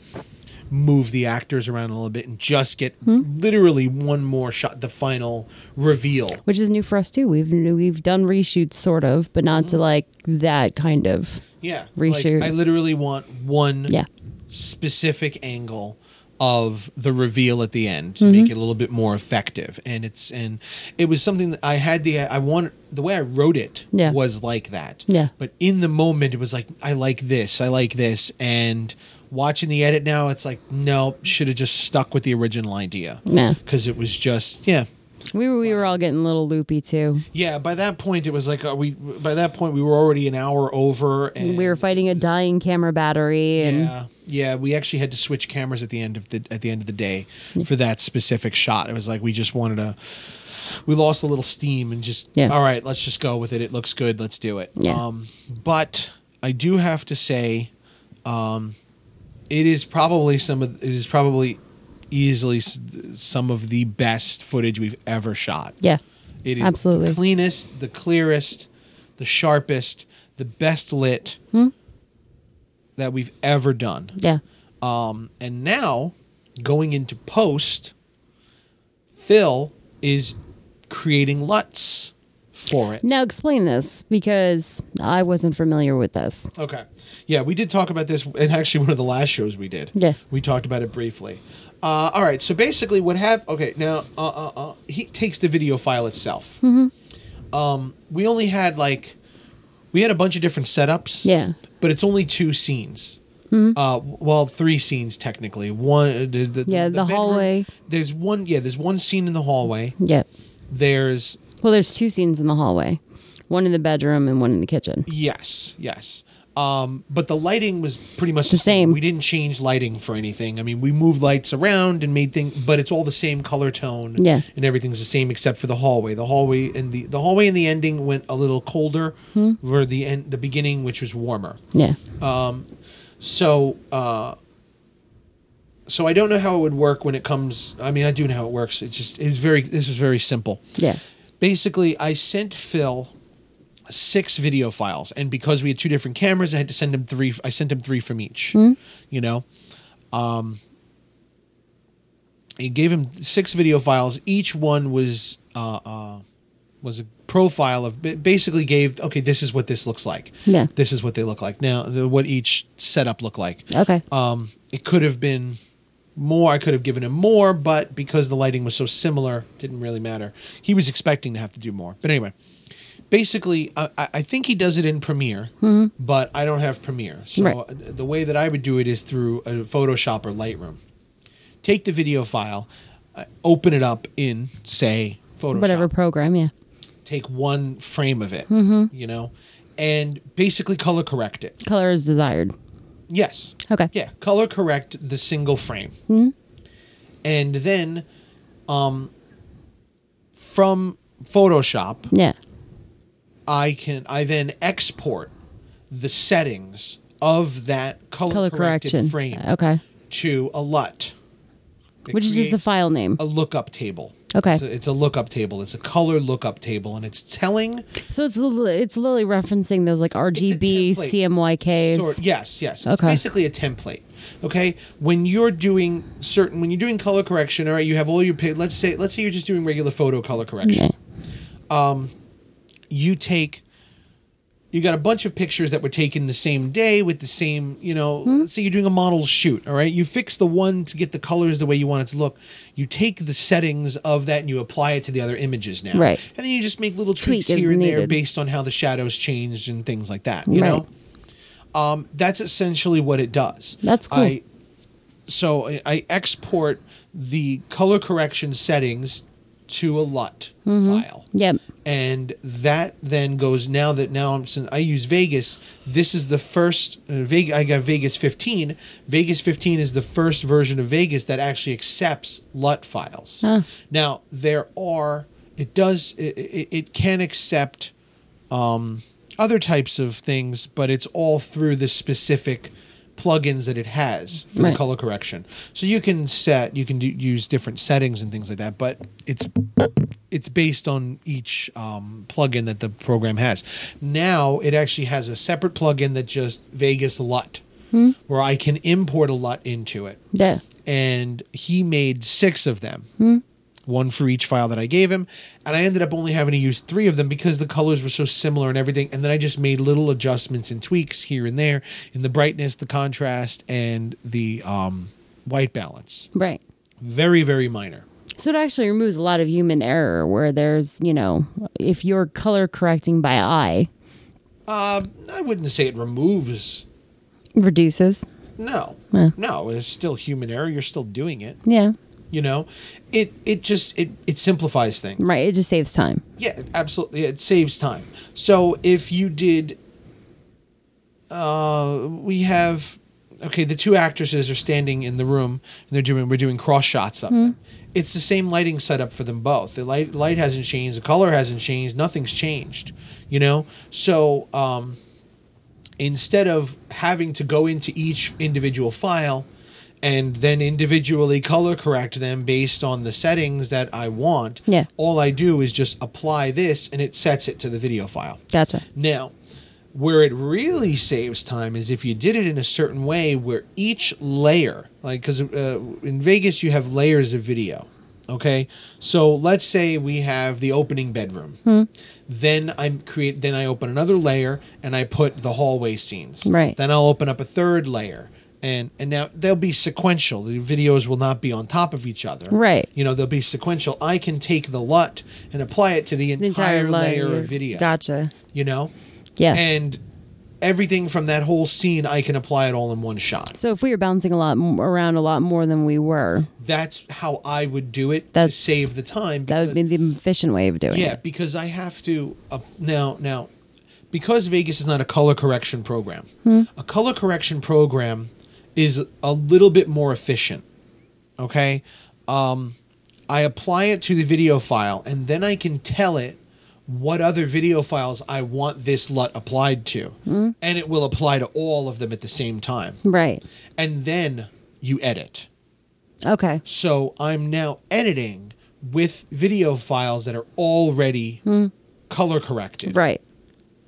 S1: move the actors around a little bit and just get
S2: Hmm?
S1: literally one more shot, the final reveal.
S2: Which is new for us too. We've we've done reshoots sort of, but not to like that kind of.
S1: Yeah.
S2: Reshoot.
S1: Like, I literally want one
S2: Yeah.
S1: specific angle of the reveal at the end to
S2: Mm-hmm.
S1: make it a little bit more effective. And it's and it was something that I had the I want the way I wrote it
S2: Yeah.
S1: was like that.
S2: Yeah.
S1: But in the moment it was like I like this, I like this and watching the edit now it's like no, should have just stuck with the original idea.
S2: Yeah.
S1: Cuz it was just yeah.
S2: We were we were all getting a little loopy too.
S1: Yeah, by that point it was like uh, we by that point we were already an hour over and
S2: We were fighting a dying camera battery and
S1: Yeah, yeah. We actually had to switch cameras at the end of the at the end of the day for that specific shot. It was like we just wanted to. We lost a little steam and just
S2: Yeah.
S1: all right. Let's just go with it. It looks good. Let's do it.
S2: Yeah.
S1: Um, but I do have to say, um, it is probably some of it is probably easily s- some of the best footage we've ever shot.
S2: yeah.
S1: It is
S2: Absolutely.
S1: the cleanest, the clearest, the sharpest, the best lit that we've ever done.
S2: Yeah.
S1: Um, and now, going into post, Phil is creating LUTs for it.
S2: Now explain this because I wasn't familiar with this.
S1: Okay. Yeah, we did talk about this in actually one of the last shows we did.
S2: Yeah.
S1: We talked about it briefly. Uh, all right. So basically, what happened? Okay. Now, uh, uh, uh, he takes the video file itself. Mm-hmm. Um, we only had like, we had a bunch of different setups.
S2: Yeah. Mm-hmm.
S1: But it's only two scenes. Uh, well, three scenes technically. One, uh, the, the,
S2: Yeah, the
S1: bedroom-
S2: hallway.
S1: There's one. Yeah, there's one scene in the hallway.
S2: Yeah.
S1: There's
S2: Well, there's two scenes in the hallway. One in the bedroom and one in the kitchen.
S1: Yes, yes. Um, but the lighting was pretty much the,
S2: same.
S1: We didn't change lighting for anything. I mean, we moved lights around and made things, but it's all the same color tone.
S2: Yeah.
S1: and everything's the same except for the hallway. The hallway and the the hallway and the ending went a little colder
S2: Hmm.
S1: for the end, the beginning, which was warmer.
S2: Yeah.
S1: So, uh, so I don't know how it would work when it comes. I mean, I do know how it works. It's just it's very. This is very simple
S2: Yeah.
S1: basically I sent Phil six video files and because we had two different cameras I had to send him three I sent him three from each you know um he gave him six video files each one was uh, uh was a profile of ba- basically gave okay this is what this looks like
S2: Yeah.
S1: this is what they look like now the, what each setup looked like
S2: Okay.
S1: um, it could have been more. I could have given him more, but because the lighting was so similar, didn't really matter. He was expecting to have to do more. But anyway, basically, I, I I think he does it in Premiere, but I don't have Premiere. So
S2: Mm-hmm. Right.
S1: uh, the way that I would do it is through a Photoshop or Lightroom. Take the video file, uh, open it up in, say, Photoshop
S2: Whatever program, yeah.
S1: take one frame of it,
S2: Mm-hmm.
S1: you know, and basically color correct it.
S2: Color is desired.
S1: Yes.
S2: Okay.
S1: Yeah, color correct the single frame.
S2: Hmm?
S1: And then um, from Photoshop,
S2: Yeah.
S1: I can I then export the settings of that color,
S2: Color
S1: corrected
S2: correction.
S1: frame
S2: Okay.
S1: to a LUT. It
S2: Which is just the
S1: creates
S2: file name.
S1: A lookup table.
S2: Okay.
S1: It's a, it's a lookup table. It's a color lookup table, and it's telling
S2: So it's li- it's literally referencing those like RGB
S1: It's a template.
S2: CMYKs.
S1: Sort- yes, yes. It's
S2: Okay.
S1: basically a template. Okay, when you're doing certain, when you're doing color correction, all right, you have all your. pi- Let's say, let's say you're just doing regular photo color correction.
S2: Yeah.
S1: You take, you got a bunch of pictures that were taken the same day with the same, you know.
S2: Hmm?
S1: Let's say you're doing a model shoot. All right, you fix the one to get the colors the way you want it to look. You take the settings of that and you apply it to the other images now.
S2: Right.
S1: and then you just make little tweaks
S2: Tweak is
S1: here and there
S2: needed.
S1: based on how the shadows changed and things like that. You
S2: Right.
S1: know Um, that's essentially what it does.
S2: That's cool.
S1: I, so I- I export the color correction settings to a LUT
S2: Mm-hmm.
S1: file.
S2: Yep.
S1: And that then goes now that now I'm since I use Vegas. This is the first uh, Vegas. I got Vegas 15. Vegas 15 is the first version of Vegas that actually accepts LUT files. Now there are it does it, it, it can accept other types of things, but it's all through the specific plugins that it has for
S2: Right.
S1: the color correction. So you can set, you can do, use different settings and things like that, but it's it's based on each um, plugin that the program has. Now it actually has a separate plugin that just Vegas LUT, where I can import a LUT into it
S2: Yeah.
S1: and he made six of them, one for each file that I gave him. And I ended up only having to use three of them because the colors were so similar and everything. And then I just made little adjustments and tweaks here and there in the brightness, the contrast, and the um, white balance.
S2: Right.
S1: Very, very minor.
S2: So it actually removes a lot of human error where there's, you know, if you're color correcting by eye,
S1: I wouldn't say it removes.
S2: reduces.
S1: No, no, it's still human error. You're still doing it.
S2: Yeah.
S1: You know, it it just it it simplifies things.
S2: Right. It just saves time.
S1: Yeah, it absolutely. It saves time. So if you did, uh, we have okay. The two actresses are standing in the room, and they're doing we're doing cross shots of them. It's the same lighting setup for them both. The light light hasn't changed. The color hasn't changed. Nothing's changed. You know. So um, instead of having to go into each individual file and then individually color correct them based on the settings that I want,
S2: Yeah.
S1: all I do is just apply this and it sets it to the video file.
S2: Gotcha.
S1: Now, where it really saves time is if you did it in a certain way where each layer, like, because uh, in Vegas you have layers of video. Okay, so let's say we have the opening bedroom. Then I create. Then I open another layer and I put the hallway scenes.
S2: Right.
S1: Then I'll open up a third layer, and and now they'll be sequential. The videos will not be on top of each other.
S2: Right.
S1: You know they'll be sequential. I can take the LUT and apply it to the
S2: The
S1: entire, layer,
S2: layer.
S1: of video
S2: Gotcha.
S1: you know
S2: Yeah.
S1: and everything from that whole scene i can apply it all in one shot
S2: so if we were bouncing a lot m- around a lot more than we were,
S1: that's how i would do it
S2: That's-
S1: to save the time
S2: that would
S1: because-
S2: be the efficient way of doing
S1: yeah
S2: it.
S1: because i have to uh, now now because vegas is not a color correction program
S2: Hmm.
S1: a color correction program is a little bit more efficient okay um, i apply it to the video file and then i can tell it what other video files i want this lut applied to
S2: Hmm.
S1: and it will apply to all of them at the same time
S2: Right.
S1: and then you edit
S2: Okay.
S1: so I'm now editing with video files that are already color corrected.
S2: Right.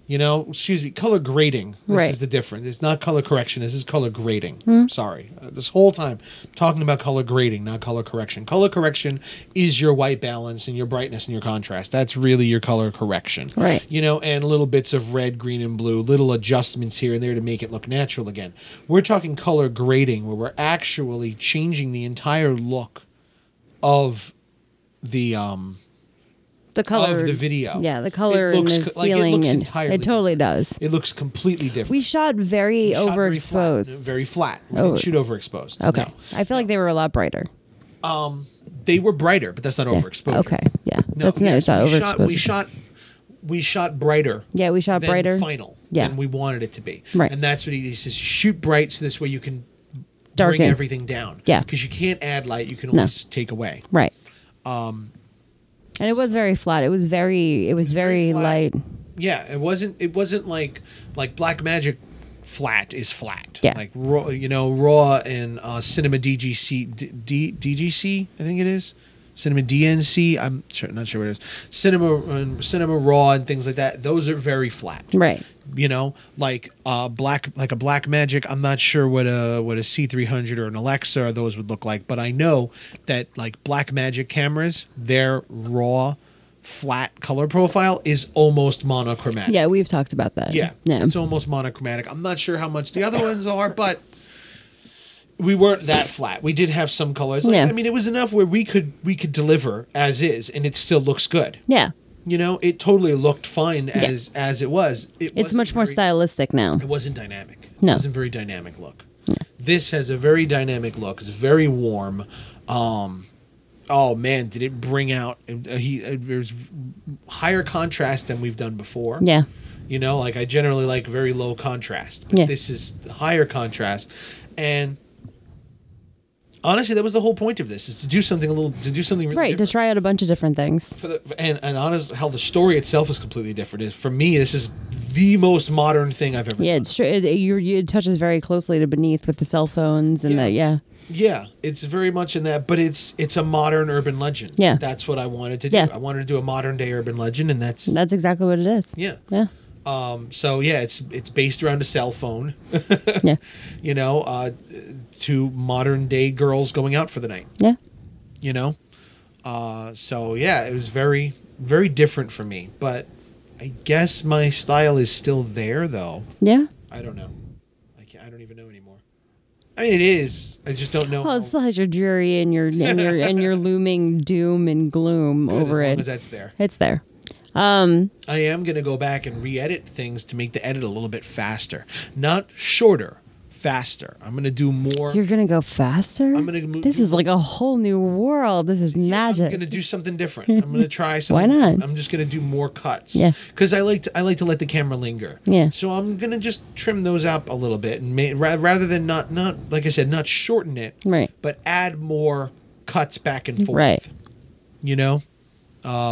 S1: You know, excuse me, color grading. This
S2: Right. Hmm?
S1: is the difference. It's not color correction. This is color grading. Sorry. Uh, this whole time I'm talking about color grading, not color correction. Color correction is your white balance and your brightness and your contrast. That's really your color correction.
S2: Right.
S1: You know, and little bits of red, green, and blue, little adjustments here and there to make it look natural again. We're talking color grading where we're actually changing the entire look of the um
S2: The color
S1: the video.
S2: Yeah, the color
S1: It looks
S2: and the
S1: co- like, it
S2: feeling
S1: looks
S2: and
S1: entirely
S2: it totally does.
S1: it looks completely different.
S2: We shot very
S1: shot very flat,
S2: overexposed.
S1: Very flat. We
S2: Oh.
S1: didn't shoot overexposed.
S2: okay.
S1: No.
S2: I feel like they were a lot brighter.
S1: They were brighter, but that's not
S2: Yeah.
S1: overexposure.
S2: Okay. Yeah.
S1: No,
S2: That's
S1: yes,
S2: not, it's
S1: we,
S2: not
S1: shot,
S2: overexposure.
S1: we shot we shot brighter.
S2: Yeah, we shot
S1: than
S2: brighter.
S1: final
S2: Yeah.
S1: than we wanted it to be.
S2: Right.
S1: And that's what he, he says shoot bright so this way you can
S2: Darken.
S1: bring everything down.
S2: Yeah.
S1: Because you can't add light, you can
S2: No.
S1: only s take away.
S2: Right. Um and it was very flat. It was very it was
S1: very
S2: very,
S1: flat.
S2: light.
S1: Yeah, it wasn't it wasn't like like black magic flat is flat.
S2: Yeah.
S1: Like raw, you know, raw and uh, cinema DGC D, D, DGC, I think it is. Cinema DNC, I'm sure, not sure what it is. Cinema um, cinema raw and things like that. Those are very flat.
S2: Right.
S1: You know, like uh black like a black magic, I'm not sure what a what a C300 or an Alexa or those would look like, but I know that like black magic cameras, their raw flat color profile is almost monochromatic.
S2: Yeah, we've talked about that.
S1: Yeah,
S2: Yeah.
S1: it's almost monochromatic. I'm not sure how much the other ones are, but we weren't that flat. We did have some colors. Like,
S2: Yeah.
S1: I mean, it was enough where we could we could deliver as is, and it still looks good.
S2: yeah.
S1: You know, it totally looked fine as as it was. It
S2: It's
S1: wasn't
S2: much more
S1: very-
S2: stylistic now.
S1: It wasn't dynamic.
S2: No.
S1: it wasn't very dynamic look. This has a very dynamic look. It's very warm. Um, oh man, did it bring out? Uh, he uh, there's higher contrast than we've done before.
S2: Yeah.
S1: You know, like I generally like very low contrast, but
S2: Yeah.
S1: this is higher contrast, and honestly, that was the whole point of this: is to do something a little, to do something really
S2: Right.
S1: different
S2: To try out a bunch of different things.
S1: for the and and honest how the story itself is completely different. Is for me, this is the most modern thing I've ever.
S2: Yeah,
S1: done.
S2: it's true. It, it- you, you, it touches very closely to Beneath with the cell phones and
S1: Yeah.
S2: the, yeah.
S1: Yeah, it's very much in that, but it's it's a modern urban legend.
S2: Yeah.
S1: that's what I wanted to do.
S2: Yeah.
S1: I wanted to do a modern day urban legend, and that's
S2: That's exactly what it is.
S1: yeah.
S2: Yeah.
S1: Um, so yeah, it's it's based around a cell phone,
S2: Yeah.
S1: you know, uh, to modern day girls going out for the night,
S2: Yeah.
S1: you know. Uh, so yeah, it was very very different for me, but I guess my style is still there though.
S2: Yeah.
S1: I don't know. I can't, I don't even know anymore. I mean, it is. I just don't know.
S2: Well,
S1: how-
S2: it still has your dreary and your and your and your looming doom and gloom
S1: good
S2: over
S1: as
S2: it.
S1: long as that's there.
S2: it's there.
S1: I am going to go back and re-edit things to make the edit a little bit faster, not shorter, faster. I'm going to do more.
S2: You're gonna go faster.
S1: I'm gonna move-
S2: This is like a whole new world. This is magic.
S1: I'm going to do something different. I'm going to try
S2: Why
S1: something.
S2: not?
S1: I'm just going to do more cuts.
S2: Yeah.
S1: Because I like to, I like to let the camera linger.
S2: Yeah.
S1: So I'm going to just trim those up a little bit and ma- ra- rather than not not like I said not shorten it,
S2: Right.
S1: but add more cuts back and forth.
S2: Right.
S1: You know. Um.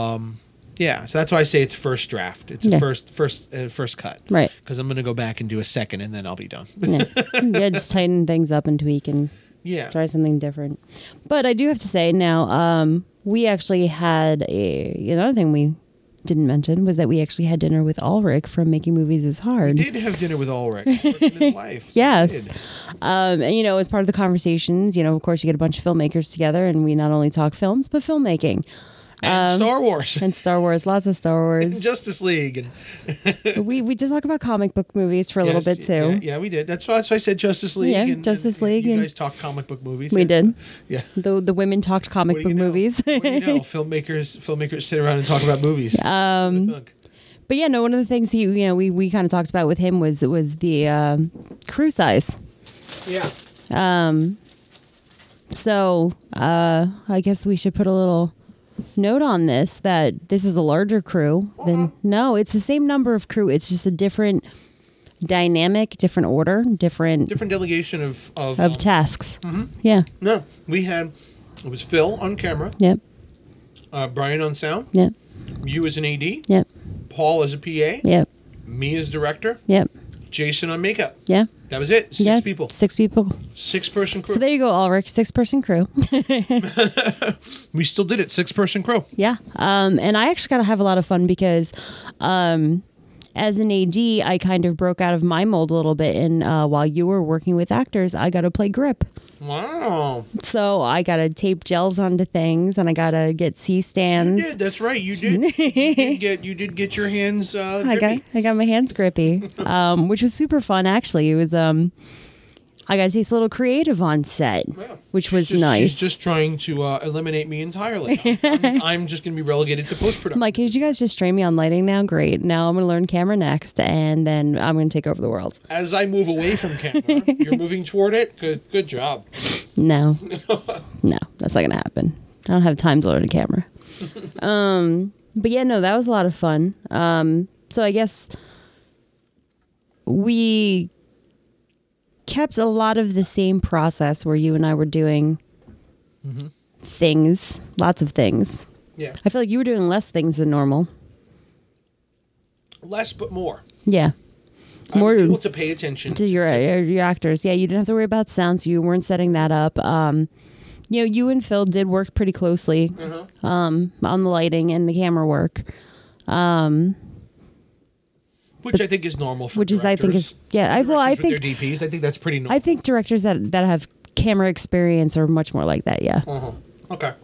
S1: Yeah. So that's why I say it's first draft. It's
S2: Yeah.
S1: a first first uh, first cut.
S2: Right.
S1: Because I'm going to go back and do a second, and then I'll be done.
S2: yeah. yeah, just tighten things up and tweak and
S1: yeah.
S2: try something different. But I do have to say now, um, we actually had a, another thing we didn't mention was that we actually had dinner with Ulrich from Making Movies is Hard.
S1: Did have dinner with Ulrich. Worked in his life.
S2: Yes.
S1: Did.
S2: Um, and, you know, as part of the conversations, you know, of course, you get a bunch of filmmakers together and we not only talk films, but filmmaking
S1: And Star Wars.
S2: Um, and Star Wars, lots of Star Wars.
S1: Justice League and
S2: we, we just talk about comic book movies for a little
S1: Yes,
S2: bit
S1: y-
S2: too.
S1: Yeah, yeah, we did. That's why, that's why I said Justice League.
S2: Yeah,
S1: and,
S2: Justice
S1: and,
S2: League
S1: You
S2: and-
S1: guys talk comic book movies.
S2: We
S1: and- uh,
S2: did.
S1: Yeah.
S2: The, the women talked comic
S1: What do
S2: book
S1: you know?
S2: movies.
S1: What do you know? Filmmakers, filmmakers sit around and talk about movies. Um,
S2: But yeah, no. One of the things he, you know, we, we kind of talked about with him was was the um, crew size.
S1: yeah.
S2: So uh, I guess we should put a little note on this that this is a larger crew than no, it's the same number of crew. It's just a different dynamic, different order, different,
S1: Different delegation of of,
S2: of
S1: um,
S2: tasks. Yeah.
S1: no. We had it was Phil on camera,
S2: Yep.
S1: uh, Brian on sound,
S2: Yep.
S1: you as an AD,
S2: Yep.
S1: Paul as a PA,
S2: Yep.
S1: me as director,
S2: Yep.
S1: Jason on makeup.
S2: Yeah.
S1: That was it. Six
S2: yeah.
S1: people,
S2: Six people.
S1: six person crew.
S2: So there you go, Ulrich. Six person crew.
S1: we still did it. Six person crew.
S2: Yeah. Um, and I actually got to have a lot of fun because um, as an AD, I kind of broke out of my mold a little bit. And uh, while you were working with actors, I got to play grip.
S1: Wow.
S2: So I got to tape gels onto things and I got to get C stands.
S1: Yeah, that's right. You did. you did get you did get your hands. Uh,
S2: I got,
S1: dirty.
S2: I got my hands grippy, um, which was super fun, actually. It was. Um, I got to taste a little creative on set,
S1: Yeah.
S2: which
S1: She's
S2: was
S1: just-
S2: nice.
S1: She's just trying to uh, eliminate me entirely. I'm, I'm just going to be relegated to post production.
S2: I'm like, did you guys just train me on lighting now? Great. Now I'm going to learn camera next, and then I'm going to take over the world.
S1: As I move away from camera, you're moving toward it. Good, good job.
S2: No. no, that's not going to happen. I don't have time to learn a camera. Um, but yeah, no, that was a lot of fun. Um, so I guess we kept a lot of the same process where you and I were doing things, lots of things.
S1: Yeah,
S2: I feel like you were doing less things than normal.
S1: less but more.
S2: Yeah.
S1: I
S2: More-
S1: was able to pay attention.
S2: to your your actors. Yeah, you didn't have to worry about sound, so you weren't setting that up. Um, you know, you and Phil did work pretty closely um, on the lighting and the camera work,
S1: which I think is normal for
S2: which is I think is
S1: directors.
S2: yeah. I, well, I
S1: Directors with
S2: think
S1: their DPs. I think that's pretty normal.
S2: I think directors that that have camera experience are much more like that. Yeah,
S1: uh-huh. Okay.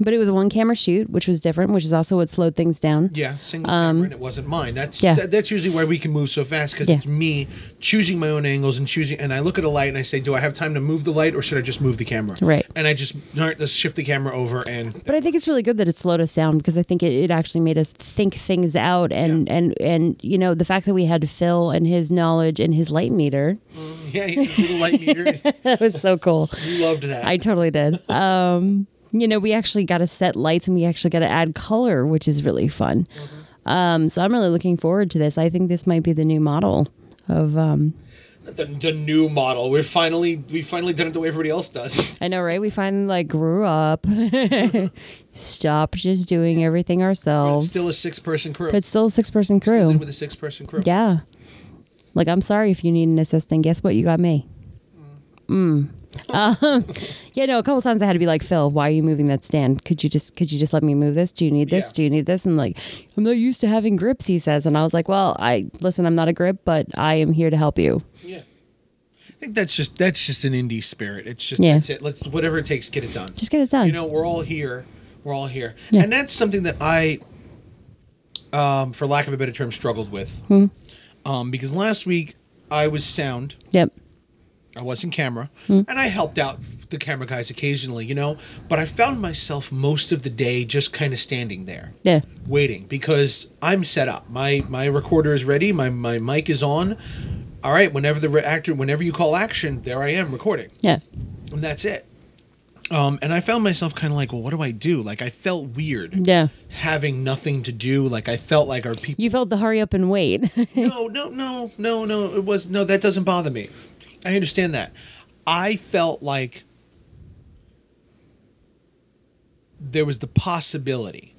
S2: But it was a one camera shoot, which was different, which is also what slowed things down.
S1: Yeah, single camera, and it wasn't mine. That's
S2: Um, yeah.
S1: that, that's usually why we can move so fast because
S2: Yeah.
S1: it's me choosing my own angles and choosing. And I look at a light and I say, "Do I have time to move the light, or should I just move the camera?"
S2: Right.
S1: And I just all right, let's shift the camera over and
S2: But I think it's really good that it slowed us down because I think it, it actually made us think things out and, and and you know the fact that we had Phil and his knowledge and his light meter
S1: yeah, little light meter.
S2: that was so cool.
S1: You loved that.
S2: I totally did. Um, you know, we actually got to set lights and we actually got to add color, which is really fun. Um, so I'm really looking forward to this. I think this might be the new model of. Um,
S1: the, the new model. We're finally we finally done it the way everybody else does.
S2: I know, right? We finally like grew up. Stop just doing everything
S1: It's
S2: ourselves.
S1: still a six person crew.
S2: It's still a six person
S1: Still did
S2: crew.
S1: with a six person crew.
S2: Yeah. Like, I'm sorry if you need an assistant. Guess what? You got me. Mm. Um, yeah, no, a couple times I had to be like, Phil, why are you moving that stand? Could you just could you just let me move this? Do you need this?
S1: Yeah.
S2: Do you need this? And like, I'm not used to having grips, he says. And I was like, Well, I listen, I'm not a grip, but I am here to help you.
S1: Yeah. I think that's just that's just an indie spirit. It's just
S2: Yeah.
S1: that's it. Let's whatever it takes, get it done.
S2: Just get it done.
S1: You know, we're all here. We're all here.
S2: Yeah.
S1: And that's something that I um, for lack of a better term, struggled with.
S2: Hmm.
S1: Um, because last week I was sound.
S2: Yep.
S1: I was in camera,
S2: Hmm.
S1: and I helped out the camera guys occasionally, you know. But I found myself most of the day just kind of standing there,
S2: Yeah.
S1: waiting because I'm set up. My my recorder is ready. My my mic is on. All right, whenever the re- actor, whenever you call action, there I am recording,
S2: Yeah.
S1: and that's it. Um, and I found myself kind of like, well, what do I do? Like I felt weird
S2: Yeah.
S1: having nothing to do. Like I felt like our people.
S2: You felt the hurry up and wait.
S1: no, no, no, no, no. It was no. That doesn't bother me. I understand that. I felt like there was the possibility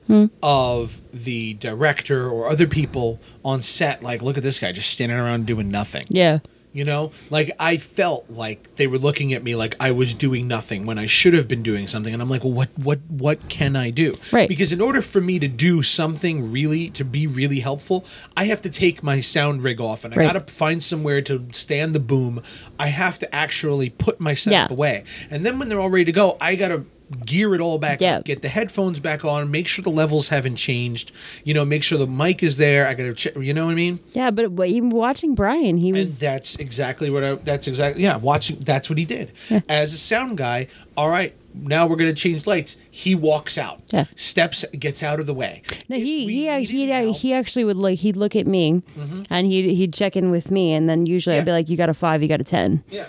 S1: of the director or other people on set, like, look at this guy just standing around doing nothing.
S2: yeah.
S1: You know, like I felt like they were looking at me like I was doing nothing when I should have been doing something, and I'm like, well, what, what, what can I do?
S2: Right.
S1: Because in order for me to do something really to be really helpful, I have to take my sound rig off, and I
S2: Right.
S1: gotta find somewhere to stand the boom. I have to actually put my setup
S2: Yeah.
S1: away, and then when they're all ready to go, I gotta gear it all back
S2: Yeah.
S1: up, get the headphones back on, make sure the levels haven't changed. You know, make sure the mic is there. I gotta, check, you know what I mean?
S2: Yeah, but but even watching Brian, he
S1: And
S2: was
S1: that's exactly what I. That's exactly yeah. Watching that's what he did as a sound guy. All right, now we're gonna change lights. He walks out.
S2: Yeah.
S1: Steps gets out of the way.
S2: No,
S1: If
S2: he
S1: we
S2: he
S1: needed
S2: he
S1: help- Mm-hmm.
S2: he actually would like he'd look at me, and he he'd check in with me, and then usually
S1: Yeah.
S2: I'd be like, "You got a five, you got a ten.
S1: Yeah,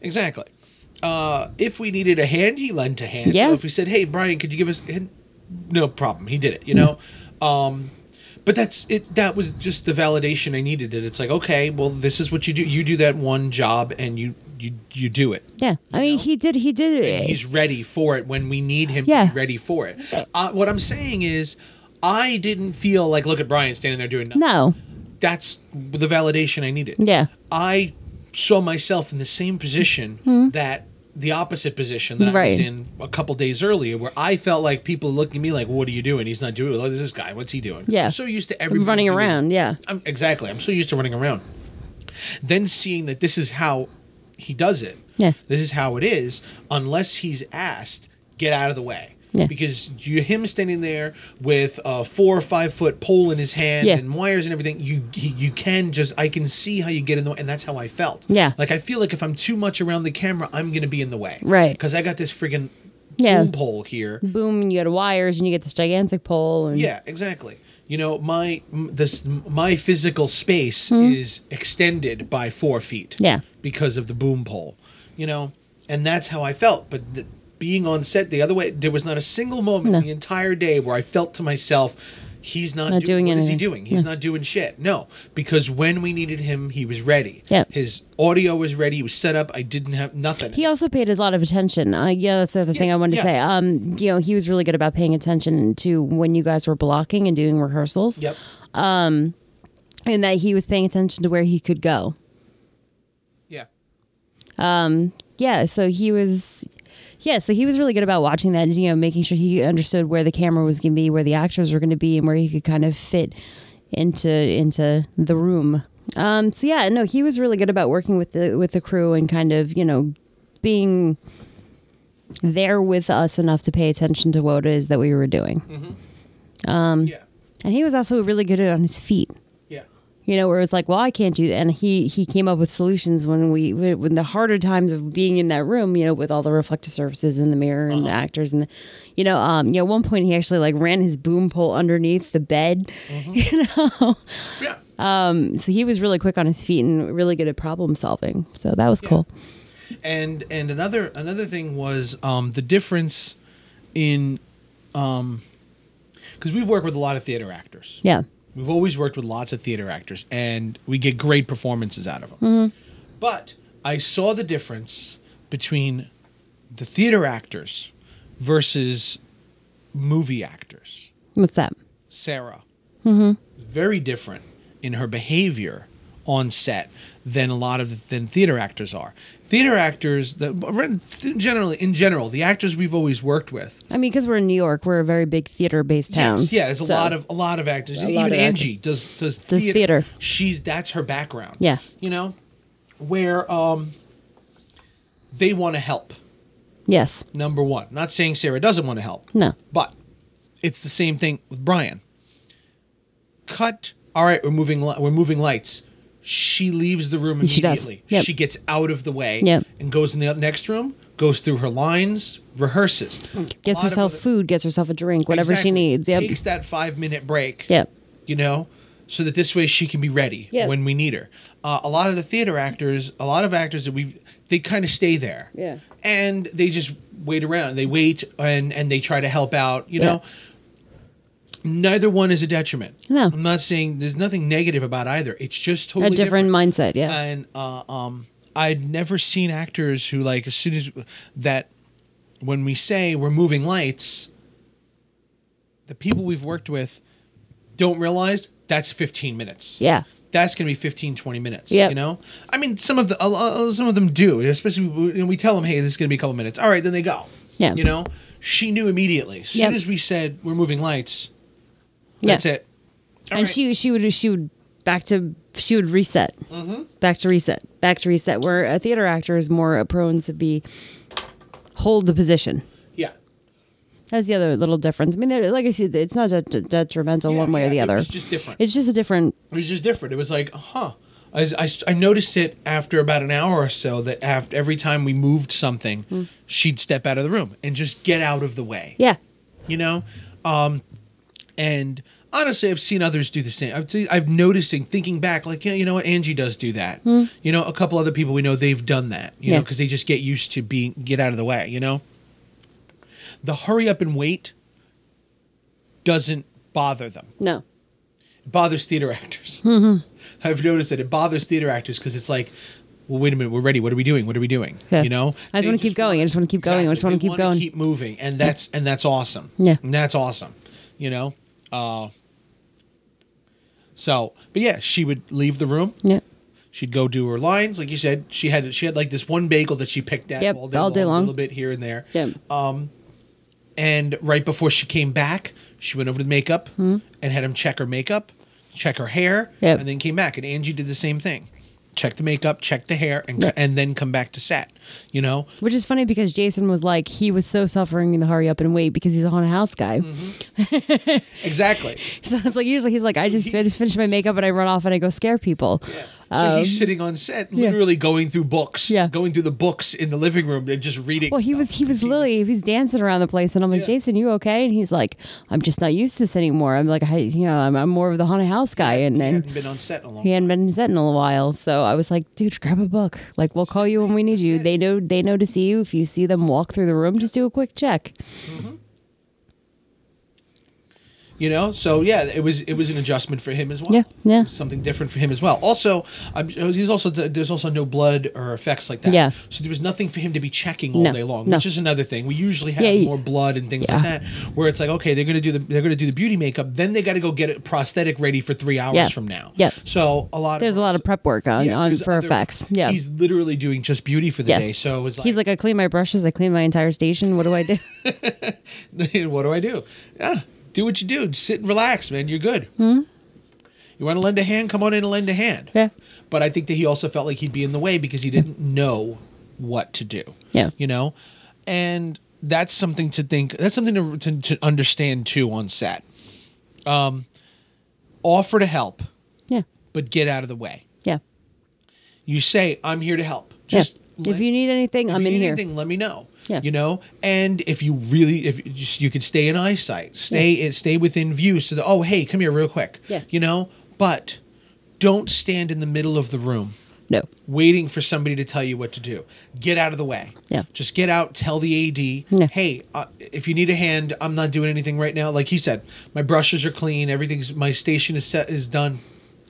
S1: exactly. Uh, if we needed a hand, he lent a hand.
S2: Yeah.
S1: So if we said, "Hey, Brian, could you give us?" And no problem. He did it. You know. Um, but that's it. That was just the validation I needed. It. It's like, okay, well, this is what you do. You do that one job, and you you you do it.
S2: Yeah, I mean he did he did
S1: and
S2: it.
S1: he's ready for it when we need him to
S2: Yeah.
S1: be ready for it. Uh, what I'm saying is, I didn't feel like, look at Brian standing there doing nothing.
S2: No,
S1: That's the validation I needed.
S2: yeah,
S1: I saw myself in the same position that the opposite position that I was
S2: Hmm. Right.
S1: in a couple days earlier, where I felt like people looked at me like, "What are you doing? He's not doing. Look at this guy. What's he doing?"
S2: Yeah.
S1: I'm so used to everybody
S2: running
S1: doing-
S2: around. Yeah,
S1: I'm, exactly. I'm so used to running around. Then seeing that this is how he does it.
S2: Yeah.
S1: This is how it is, unless he's asked, get out of the way.
S2: Yeah.
S1: Because you him standing there with a four or five foot pole in his hand
S2: Yeah.
S1: and wires and everything, you he- you can just I can see how you get in the way, and that's how I felt.
S2: Yeah.
S1: Like I feel like if I'm too much around the camera, I'm gonna be in the way.
S2: Right.
S1: Because I got this friggin'
S2: Yeah.
S1: boom pole here.
S2: boom, and you got wires, and you get this gigantic pole, and
S1: Yeah, exactly. You know, my m- this my physical space is extended by four feet.
S2: Hmm? Yeah.
S1: because of the boom pole. You know, and that's how I felt. But the, being on set the other way, there was not a single moment
S2: No.
S1: the entire day where I felt to myself, "He's not,
S2: Not
S1: doing.
S2: doing
S1: What is he
S2: anything.
S1: doing? He's not doing shit." No, because when we needed him, he was ready.
S2: Yeah.
S1: his audio was ready. He was set up. I didn't have nothing.
S2: he also paid a lot of attention. Uh, yeah, that's the other thing
S1: Yes,
S2: I wanted
S1: yeah.
S2: to say. Um, you know, he was really good about paying attention to when you guys were blocking and doing rehearsals,
S1: yep.
S2: and that he was paying attention to where he could go.
S1: Yeah.
S2: yeah so he was yeah so he was really good about watching that and, you know making sure he understood where the camera was going to be where the actors were going to be and where he could kind of fit into into the room um so yeah no he was really good about working with the with the crew and kind of you know being there with us enough to pay attention to what it is that we were doing. um,
S1: yeah.
S2: And he was also really good at on his feet.
S1: Yeah.
S2: You know, where it was like, well, I can't do that. And he he came up with solutions when we when the harder times of being in that room, you know, with all the reflective surfaces in the mirror and the
S1: Uh-huh.
S2: actors and the, you know, um, you know, at one point he actually like ran his boom pole underneath the bed.
S1: Yeah.
S2: So he was really quick on his feet and really good at problem solving. So that was cool.
S1: and and another another thing was um, the difference in because we work with a lot of theater actors.
S2: Yeah.
S1: We've always worked with lots of theater actors, and we get great performances out of them. But I saw the difference between the theater actors versus movie actors.
S2: What's that?
S1: Sarah,
S2: Mm-hmm.
S1: very different in her behavior on set than a lot of the, than theater actors are. Theater actors, the, generally in general, the actors we've always worked with,
S2: I mean, because we're in New York, we're a very big theater based town.
S1: Yes, yeah, there's a
S2: So-
S1: lot of a lot of actors.
S2: A lot
S1: Even
S2: of
S1: Angie does does
S2: Does theater.
S1: She's that's her background.
S2: Yeah.
S1: you know, where um, they want to help.
S2: Yes.
S1: Number one, not saying Sarah doesn't want to help.
S2: No.
S1: but it's the same thing with Brian. Cut. All right, we're moving. Li- we're moving lights. She leaves the room
S2: She does.
S1: immediately.
S2: Yep.
S1: She gets out of the way
S2: Yep.
S1: and goes in the next room. Goes through her lines, rehearses, A
S2: Gets
S1: lot of
S2: herself
S1: other-
S2: food, gets herself a drink, whatever
S1: Exactly.
S2: she needs. Yep.
S1: Takes that five minute break.
S2: Yep.
S1: You know, so that this way she can be ready
S2: Yeah.
S1: when we need her. Uh, a lot of the theater actors, a lot of actors that we've, they kind of stay there.
S2: Yeah.
S1: And they just wait around. They wait and and they try to help out. You
S2: Yeah.
S1: know. Neither one is a detriment.
S2: No.
S1: I'm not saying there's nothing negative about either. It's just totally
S2: a different,
S1: different
S2: mindset. Yeah.
S1: and uh, um, I'd never seen actors who like as soon as that when we say we're moving lights, the people we've worked with don't realize that's 15 minutes.
S2: yeah.
S1: That's going to be 15, 20 minutes.
S2: Yep.
S1: You know, I mean, some of the, uh, uh, some of them do, especially we, you know, we tell them, Hey, this is going to be a couple minutes. All right. Then they go,
S2: Yeah.
S1: you know, she knew immediately. As soon
S2: Yep.
S1: as we said we're moving lights,
S2: Yeah.
S1: that's it. All
S2: and
S1: right.
S2: she she would she would back to she would reset
S1: Mm-hmm.
S2: back to reset back to reset where a theater actor is more prone to be hold the position
S1: yeah.
S2: that's the other little difference i mean there- like i said it's not det- detrimental
S1: Yeah,
S2: one way or
S1: yeah,
S2: the
S1: it
S2: other
S1: was just different.
S2: it's just a different
S1: it was just different. It was like, huh. I, I, I noticed it after about an hour or so that after every time we moved something, she'd step out of the room and just get out of the way.
S2: Hmm. yeah
S1: You know, um, and honestly, I've seen others do the same. I've see- I've noticing thinking back, like yeah, you know what Angie does do that. You know, a couple other people we know they've done that. You know,
S2: Hmm. Yeah.
S1: because they just get used to being get out of the way. You know, the hurry up and wait doesn't bother them
S2: no
S1: bothers theater actors.
S2: Mm-hmm.
S1: I've noticed that it bothers theater actors because it's like, well, wait a minute, we're ready. What are we doing? What are we doing?
S2: Yeah.
S1: You know,
S2: I just
S1: They
S2: wanna keep going. I just wanna keep going. I just wanna
S1: They
S2: keep
S1: wanna
S2: going.
S1: Keep moving, and that's and that's awesome.
S2: Yeah.
S1: and that's awesome. You know, uh, so but yeah, she would leave the room.
S2: yeah
S1: She'd go do her lines, like you said. She had she had like this one bagel that she picked at
S2: Yep,
S1: all, day,
S2: all
S1: long,
S2: day
S1: a
S2: long.
S1: little bit here and there.
S2: yeah
S1: And right before she came back, she went over to makeup and had him check her makeup, check her hair,
S2: Hmm? Yep.
S1: and then came back. And Angie did the same thing: check the makeup, check the hair, and
S2: Yeah.
S1: and then come back to set. You know,
S2: which is funny because jason was like he was so suffering in the hurry up and wait because he's a haunted house guy
S1: Mm-hmm. exactly.
S2: so it's like usually he's like i just i just finished my makeup and i run off and i go scare people
S1: So he's sitting on set,
S2: Um, yeah.
S1: literally going through books,
S2: Yeah.
S1: going through the books in the living room and just reading.
S2: Well, he
S1: stuff.
S2: was he was literally he was dancing around the place, and I'm like,
S1: Yeah.
S2: Jason, you okay? And he's like, I'm just not used to this anymore. I'm like, I, you know, I'm, I'm more of the haunted house guy, and
S1: He
S2: then
S1: hadn't been on set in a long
S2: he
S1: time.
S2: hadn't been in set in a while, so I was like, dude, grab a book. Like, we'll call you when we need you. They know they know to see you. If you see them walk through the room, just do a quick check.
S1: you know so yeah it was it was an adjustment for him as well
S2: Yeah, yeah.
S1: something different for him as well also I'm, he's also there's also no blood or effects like that
S2: Yeah.
S1: so there was nothing for him to be checking all
S2: No,
S1: day long
S2: no.
S1: which is another thing we usually have
S2: Yeah, you-
S1: more blood and things like
S2: Yeah.
S1: that where it's like okay they're gonna do the they're gonna do the beauty makeup then they gotta go get a prosthetic ready for three hours
S2: Yeah.
S1: from now
S2: Yep.
S1: so a lot
S2: There's a lot of prep work on,
S1: yeah,
S2: on
S1: there's
S2: for
S1: other-
S2: effects. Yeah,
S1: he's literally doing just beauty for the
S2: Yeah.
S1: day so it was like
S2: he's like, I clean my brushes, I clean my entire station. What do I do?
S1: what do I do? Yeah, do what you do. Sit and relax, man. You're good. Mm-hmm. You want to lend a hand? Come on in and lend a hand.
S2: Hmm? Yeah.
S1: But I think that he also felt like he'd be in the way because he didn't know what to do.
S2: Yeah.
S1: You know, and that's something to think. That's something to to, to understand too on set. Um, offer to help,
S2: Yeah.
S1: but get out of the way.
S2: Yeah.
S1: You say, "I'm here to help."
S2: Yeah.
S1: Just
S2: if
S1: let-
S2: you need anything,
S1: if
S2: I'm
S1: you
S2: in
S1: need
S2: here.
S1: Anything, let me know.
S2: Yeah.
S1: You know, and if you really, if you, just- you could stay in eyesight, stay in stay within view, so that oh hey, come here real quick.
S2: Yeah.
S1: You know, but don't stand in the middle of the room
S2: No.
S1: waiting for somebody to tell you what to do. Get out of the way.
S2: Yeah.
S1: Just get out. Tell the AD,
S2: Yeah.
S1: hey, uh, if you need a hand, I'm not doing anything right now. Like he said, my brushes are clean. Everything's my station is set is done.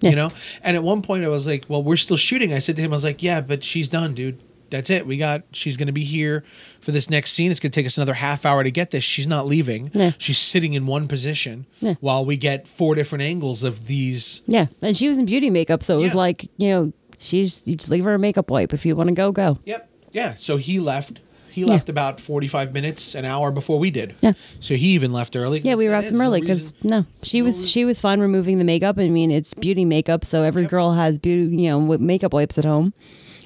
S2: Yeah.
S1: You know. And at one point, I was like, well, we're still shooting. I said to him, I was like, yeah, but she's done, dude. That's it. We got. She's going to be here for this next scene. It's going to take us another half hour to get this. She's not leaving.
S2: Yeah.
S1: She's sitting in one position
S2: Yeah.
S1: while we get four different angles of these.
S2: Yeah. And she was in beauty makeup, so it was
S1: Yeah.
S2: like, you know, she's you just leave her a makeup wipe. If you want to go, go.
S1: Yep. Yeah. So he left. He left about forty-five minutes, an hour before we did.
S2: Yeah.
S1: So he even left early.
S2: Yeah, we
S1: Said,
S2: wrapped
S1: "Hey,
S2: them
S1: there's no
S2: early because
S1: reason."
S2: no, she was she was fine removing the makeup. I mean, it's beauty makeup, so every girl has beauty, you know, wi- makeup wipes at home.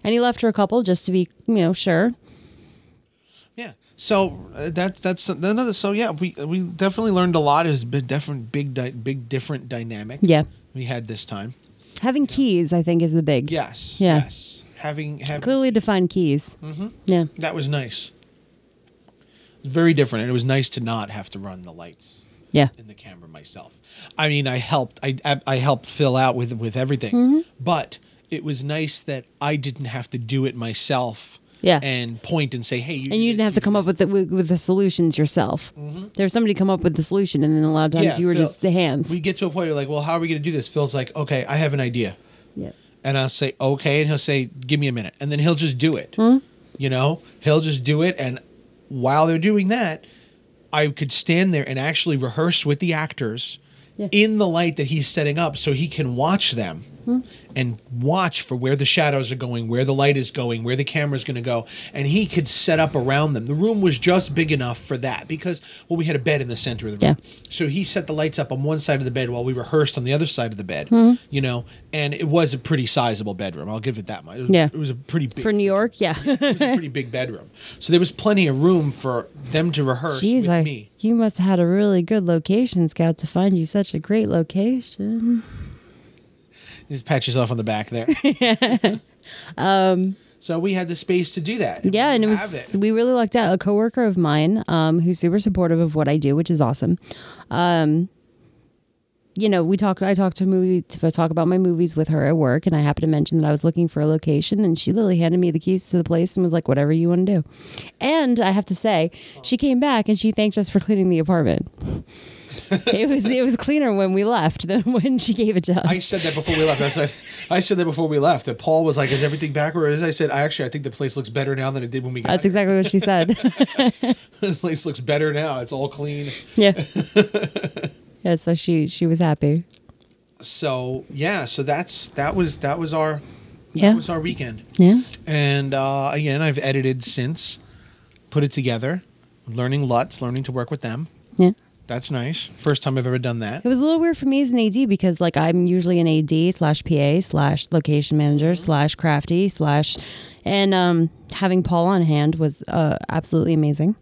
S2: And he left her a couple just to be, you know, sure.
S1: Yeah. So uh, that that's another. So yeah, we we definitely learned a lot. It was a bit different, big di- big different dynamic.
S2: Yeah,
S1: We had this time.
S2: having keys, I think, is the big
S1: Yes.
S2: Yeah.
S1: Yes. Having having
S2: clearly defined keys. Mm-hmm. Yeah,
S1: that was nice. It was very different, and it was nice to not have to run the lights.
S2: yeah,
S1: in the camera myself. I mean, I helped. I I, I helped fill out with with everything,
S2: Mm-hmm.
S1: but it was nice that I didn't have to do it myself.
S2: Yeah.
S1: and point and say, "Hey, you." do
S2: and you didn't
S1: this,
S2: have to
S1: do
S2: come up
S1: this."
S2: with the with, with the solutions yourself. There's somebody come up with the solution, and then a lot of times
S1: Yeah,
S2: you were
S1: Phil,
S2: just the hands.
S1: We get to a point where like, well, how are we going to do this? Phil's like, okay, I have an idea,
S2: yeah,
S1: and I'll say, okay, and he'll say, give me a minute, and then he'll just do it.
S2: Hmm?
S1: You know, he'll just do it, and while they're doing that, I could stand there and actually rehearse with the actors
S2: Yeah.
S1: in the light that he's setting up so he can watch them
S2: Hmm?
S1: and watch for where the shadows are going, where the light is going, where the camera's going to go. And he could set up around them. The room was just big enough for that because, well, we had a bed in the center of the room.
S2: Yeah.
S1: So he set the lights up on one side of the bed while we rehearsed on the other side of the bed,
S2: Hmm.
S1: you know, and it was a pretty sizable bedroom. I'll give it that much. It was,
S2: Yeah.
S1: It was a pretty big
S2: for New York, yeah.
S1: it was a pretty big bedroom. So there was plenty of room for them to rehearse
S2: Jeez,
S1: with
S2: I,
S1: me.
S2: you must have had a really good location scout to find you such a great location.
S1: Just pat yourself on the back there. so we had the space to do that.
S2: Um, Yeah,
S1: we
S2: and it
S1: have
S2: was we really lucked out. A coworker of mine, um, who's super supportive of what I do, which is awesome. Um, you know, we talk. I talked to movie to talk about my movies with her at work, and I happened to mention that I was looking for a location, and she literally handed me the keys to the place and was like, "Whatever you want to do." And I have to say, she came back and she thanked us for cleaning the apartment. it was it was cleaner when we left than when she gave it to us.
S1: I said that before we left. I said, I said that before we left. That Paul was like, "Is everything back where it is?" I said, "I actually, I think the place looks better now than it did when we got.
S2: That's
S1: here.
S2: exactly what she said.
S1: the place looks better now. It's all clean."
S2: yeah. Yeah, so she she was happy.
S1: So yeah, so that's that was that was our
S2: Yeah.
S1: that was our weekend.
S2: Yeah.
S1: And uh, again, I've edited since, put it together, learning LUTs, learning to work with them.
S2: Yeah.
S1: That's nice. First time I've ever done that.
S2: It was a little weird for me as an AD because like I'm usually an AD slash PA slash location manager slash crafty slash, and um, having Paul on hand was uh, absolutely amazing.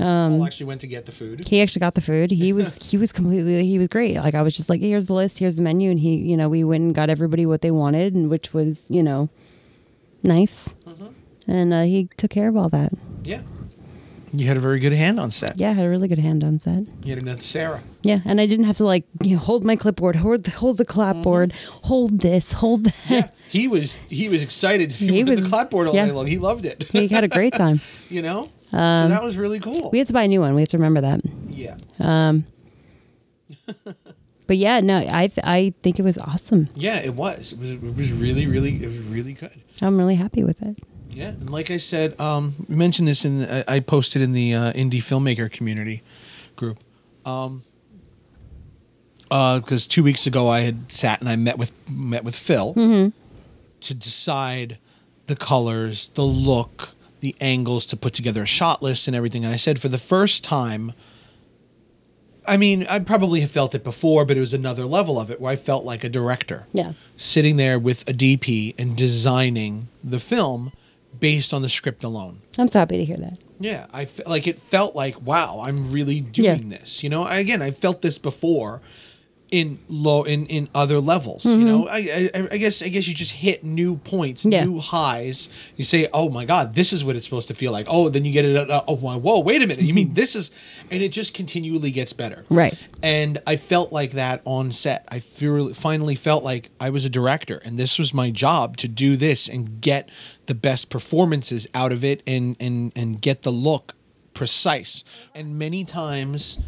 S2: Um,
S1: Paul actually went to get the food.
S2: He actually got the food. He was he was completely he was great. Like I was just like, here's the list, here's the menu, and he you know we went and got everybody what they wanted, and which was you know, nice, and uh, he took care of all that.
S1: Yeah. You had a very good hand on set.
S2: Yeah, had a really good hand on set.
S1: You had another Sarah.
S2: Yeah, and I didn't have to like you know, hold my clipboard, hold the, hold the clapboard, hold this, hold that.
S1: He was he was excited. He,
S2: He
S1: was the
S2: was-
S1: clapboard all
S2: yeah.
S1: day long. He loved it.
S2: he had a great time.
S1: you know? so that was really cool.
S2: We had to buy a new one. We have to remember that.
S1: yeah.
S2: But yeah, no, I th- I think it was awesome.
S1: Yeah, it was. It was it was really, really it was really good.
S2: I'm really happy with it.
S1: Yeah, and like I said, um, we mentioned this in the, I I posted in the uh, indie filmmaker community group. Um, because two weeks ago I had sat and I met with met with Phil to decide the colors, the look, the angles to put together a shot list and everything. And I said for the first time, I mean, I probably have felt it before, but it was another level of it where I felt like a director
S2: Yeah,
S1: sitting there with a DP and designing the film based on the script alone.
S2: I'm so happy to hear that.
S1: Yeah, I fe- like it felt like wow, I'm really doing this. You know, I, again, I felt this before in low in in other levels. You know, I, I I guess I guess you just hit new points,
S2: Yeah.
S1: new highs. You say, oh my god, this is what it's supposed to feel like. Oh, then you get it. Uh, uh, oh, whoa, whoa, wait a minute. You mean this is, and it just continually gets better.
S2: Right.
S1: And I felt like that on set. I feel, finally felt like I was a director and this was my job to do this and get the best performances out of it and and and get the look precise. And many times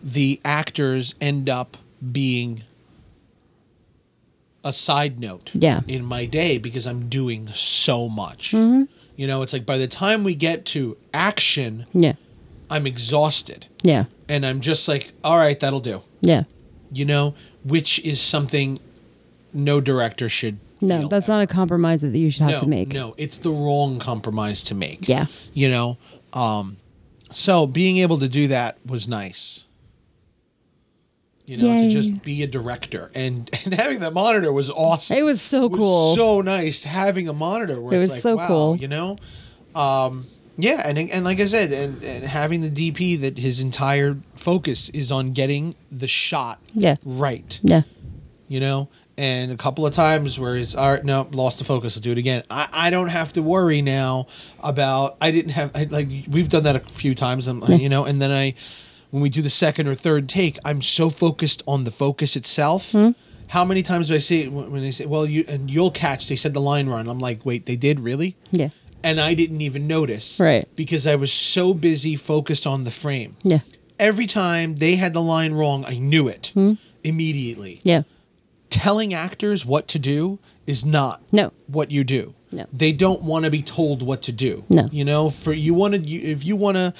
S1: the actors end up being a side note
S2: Yeah.
S1: in my day because I'm doing so much.
S2: Mm-hmm.
S1: You know, it's like by the time we get to action,
S2: Yeah.
S1: I'm exhausted
S2: Yeah.
S1: and I'm just like, all right, that'll do.
S2: Yeah.
S1: You know, which is something no director should.
S2: No,
S1: feel.
S2: that's not a compromise that you should have
S1: no,
S2: to make.
S1: No, it's the wrong compromise to make.
S2: Yeah.
S1: You know, um, so being able to do that was nice. You know, to
S2: Yay.
S1: just be a director and and having that monitor was awesome.
S2: It was so
S1: It was
S2: cool.
S1: so nice having a monitor where
S2: It
S1: it's
S2: was
S1: like,
S2: so
S1: wow,
S2: cool.
S1: you know. Um, yeah, and and like I said, and, and having the DP that his entire focus is on getting the shot
S2: Yeah.
S1: right,
S2: yeah.
S1: you know. And a couple of times where he's all right, no, lost the focus. Let's do it again. I, I don't have to worry now about I didn't have I, like we've done that a few times, and you know. And then I, when we do the second or third take, I'm so focused on the focus itself. How many times do I say when when they say, "Well, you and you'll catch"? They said the line run. I'm like, wait, they did really?
S2: Yeah.
S1: And I didn't even notice,
S2: Right. Hmm.
S1: Because I was so busy focused on the frame.
S2: Yeah.
S1: Every time they had the line wrong, I knew it immediately
S2: Yeah.
S1: telling actors what to do is not
S2: No.
S1: what you do.
S2: No.
S1: They don't want to be told what to do.
S2: No.
S1: You know, for you want to you, if you want to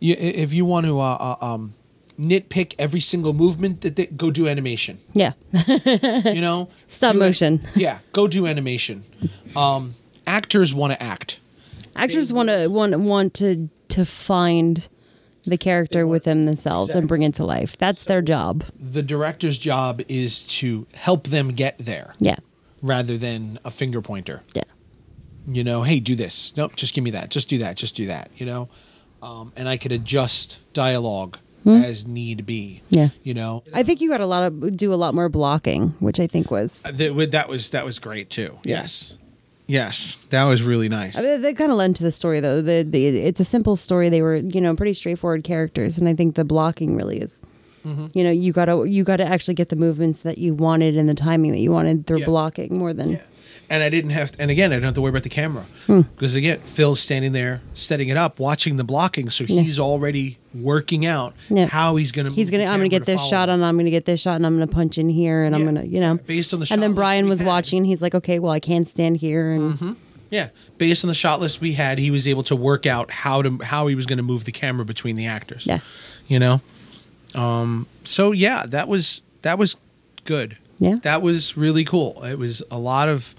S1: you, if you want to uh, uh, um nitpick every single movement that they, go do animation.
S2: Yeah.
S1: You know?
S2: Stop
S1: Do it-
S2: motion.
S1: yeah, go do animation. Um actors want to act.
S2: Actors want to want want to to find the character within themselves and bring it to life. That's their job.
S1: The director's job is to help them get there
S2: Yeah.
S1: rather than a finger pointer.
S2: Yeah.
S1: you know, hey, do this. Nope, just give me that. Just do that. Just do that. You know, um, and I could adjust dialogue as need be.
S2: Hmm? Yeah.
S1: you know,
S2: I think you had a lot of do a lot more blocking, which I think was
S1: that, wa- that was that was great too. Yes, yes, that was really nice.
S2: I mean, that kind of lend to the story though. The, the it's a simple story. They were you know pretty straightforward characters, and I think the blocking really is.
S1: Mm-hmm.
S2: You know, you gotta you gotta actually get the movements that you wanted and the timing that you wanted through
S1: Yeah.
S2: blocking more than
S1: Yeah. And I didn't have, and again, I don't have to worry about the camera
S2: Hmm.
S1: because again, Phil's standing there setting it up, watching the blocking, so he's already working out
S2: Yeah.
S1: how he's gonna.
S2: he's
S1: move
S2: gonna
S1: the
S2: I'm
S1: camera
S2: gonna get
S1: to
S2: this
S1: follow
S2: shot
S1: him.
S2: and I'm gonna get this shot and I'm gonna punch in here and I'm
S1: Yeah.
S2: gonna you know
S1: Yeah, based on the shot
S2: and then
S1: list
S2: Brian
S1: we
S2: was
S1: had. Mm-hmm.
S2: watching. He's like, okay, well I can stand here and
S1: Yeah, based on the shot list we had, he was able to work out how to how he was going to move the camera between the actors.
S2: Yeah.
S1: you know. Um. So yeah, that was that was good.
S2: Yeah.
S1: that was really cool. It was a lot of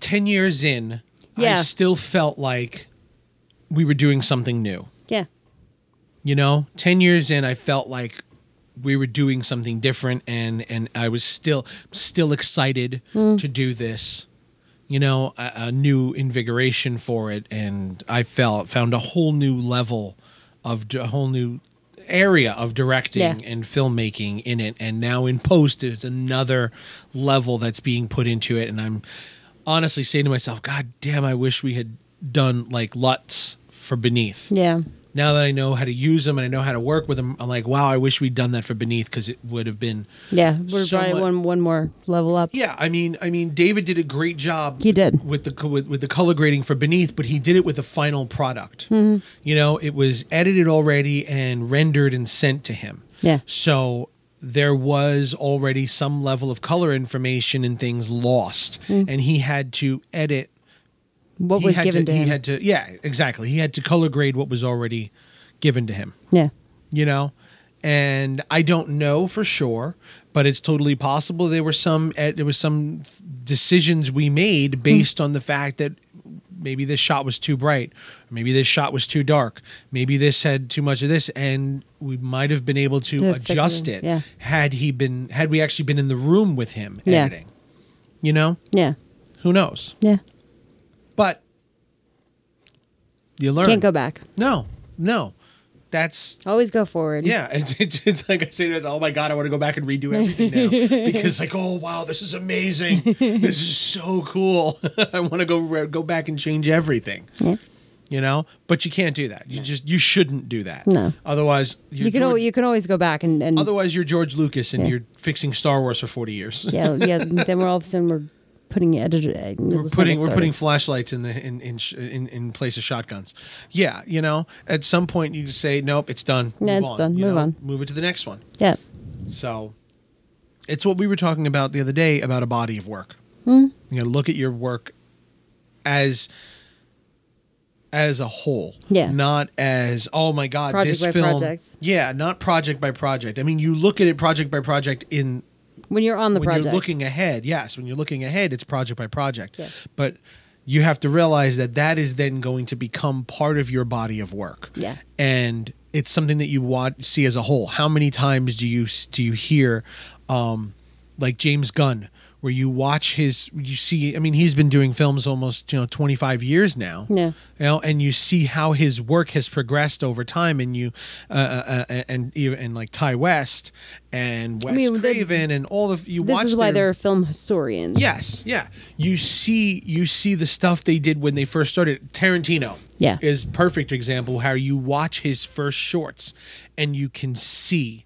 S1: ten years in. I
S2: Yeah.
S1: still felt like we were doing something new.
S2: yeah
S1: You know, ten years in, I felt like we were doing something different, and and I was still still excited to do this. You know, a, a new invigoration for it, and I felt found a whole new level of d- a whole new area of directing
S2: Yeah.
S1: and filmmaking in it. And now in post is another level that's being put into it, and I'm honestly saying to myself, God damn, I wish we had done like Lutz for Beneath
S2: yeah
S1: now that I know how to use them and I know how to work with them, I'm like, wow, I wish we'd done that for Beneath because it would have been.
S2: yeah we're
S1: So
S2: probably
S1: much-
S2: one one more level up.
S1: Yeah, I mean, I mean, David did a great job.
S2: He did.
S1: with the co- with, with the color grading for Beneath, but he did it with a final product.
S2: Mm-hmm.
S1: You know, it was edited already and rendered and sent to him.
S2: Yeah.
S1: So there was already some level of color information and things lost, and he had to edit
S2: Mm. What
S1: he
S2: was
S1: had
S2: given to,
S1: he
S2: him?
S1: had to yeah exactly he had to color grade what was already given to him
S2: yeah
S1: you know and i don't know for sure but it's totally possible there were some eh, there was some decisions we
S2: Hmm.
S1: made based on the fact that maybe this shot was too bright maybe this shot was too dark maybe this had too much of this and we might have been able to,
S2: To fix
S1: adjust
S2: it,
S1: it
S2: yeah.
S1: had he been had we actually been in the room with him
S2: Yeah.
S1: editing you know
S2: yeah
S1: who knows
S2: yeah
S1: but You learn.
S2: Can't go back.
S1: No, no. That's
S2: Always go forward.
S1: yeah. It's, it's, it's like I say to myself, oh my god, I want to go back and redo everything now because like oh wow, this is amazing. this is so cool. I want to go re- go back and change everything.
S2: Yeah.
S1: You know, but you can't do that. You just you shouldn't do that.
S2: No.
S1: Otherwise,
S2: You can al- you can always go back and, and
S1: Otherwise, you're George Lucas and
S2: Yeah.
S1: you're fixing Star Wars for 40 years.
S2: yeah yeah. Then we're all of a sudden we're putting uh, edited.
S1: We're putting we're putting flashlights in the in in, sh- in in place of shotguns. Yeah, you know, at some point you just say nope, it's done.
S2: Yeah,
S1: Move
S2: it's
S1: on,
S2: done.
S1: you
S2: Move on.
S1: Move it to the next one.
S2: yeah.
S1: So it's what we were talking about the other day about a body of work.
S2: Hmm?
S1: You know, look at your work as as a whole.
S2: Yeah.
S1: Not as oh my god,
S2: Project
S1: this
S2: by
S1: film.
S2: project.
S1: Yeah, not project by project. I mean, you look at it project by project in
S2: When you're on the
S1: when
S2: project,
S1: you're looking ahead yes when you're looking ahead it's project by project
S2: Yeah.
S1: but you have to realize that that is then going to become part of your body of work
S2: Yeah.
S1: and it's something that you want see as a whole how many times do you do you hear um like James Gunn where you watch his you see I mean he's been doing films almost you know 25 years now
S2: Yeah.
S1: you know, and you see how his work has progressed over time, and you, uh, uh, uh, and even and like Ty West and Wes
S2: mean, the-
S1: Craven and all of you watch
S2: this is why
S1: their-
S2: they're film historians.
S1: yes, yeah. You see, you see the stuff they did when they first started. Tarantino,
S2: Yeah.
S1: is perfect example how you watch his first shorts, and you can see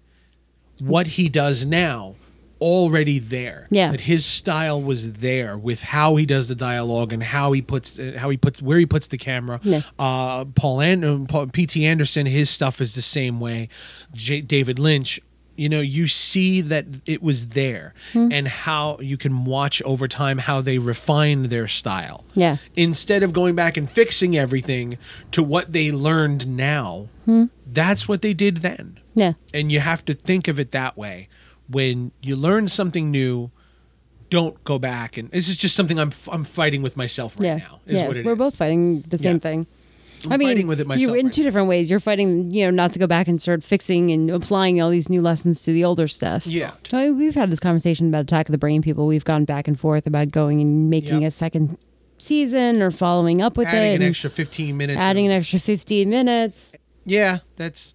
S1: what he does now already there
S2: Yeah.
S1: that his style was there with how he does the dialogue and how he puts uh, how he puts where he puts the camera
S2: Yeah.
S1: uh paul and paul, pt anderson his stuff is the same way J- david lynch you know you see that it was there
S2: Hmm.
S1: and how you can watch over time how they refine their style
S2: Yeah.
S1: instead of going back and fixing everything to what they learned now
S2: Hmm.
S1: that's what they did then
S2: Yeah.
S1: and you have to think of it that way. When you learn something new, don't go back. And this is just something I'm I'm fighting with myself right
S2: yeah.
S1: now. Is
S2: yeah.
S1: what it
S2: We're
S1: is.
S2: both fighting the same
S1: Yeah.
S2: thing.
S1: I'm
S2: mean,
S1: fighting with it myself
S2: You in
S1: right
S2: two different ways. You're fighting, you know, not to go back and start fixing and applying all these new lessons to the older stuff.
S1: Yeah.
S2: So I- we've had this conversation about Attack of the Brain People. We've gone back and forth about going and making
S1: Yep.
S2: a second season or following up with
S1: adding
S2: it,
S1: an
S2: and
S1: extra 15 minutes.
S2: adding
S1: of-
S2: an extra 15 minutes.
S1: yeah, that's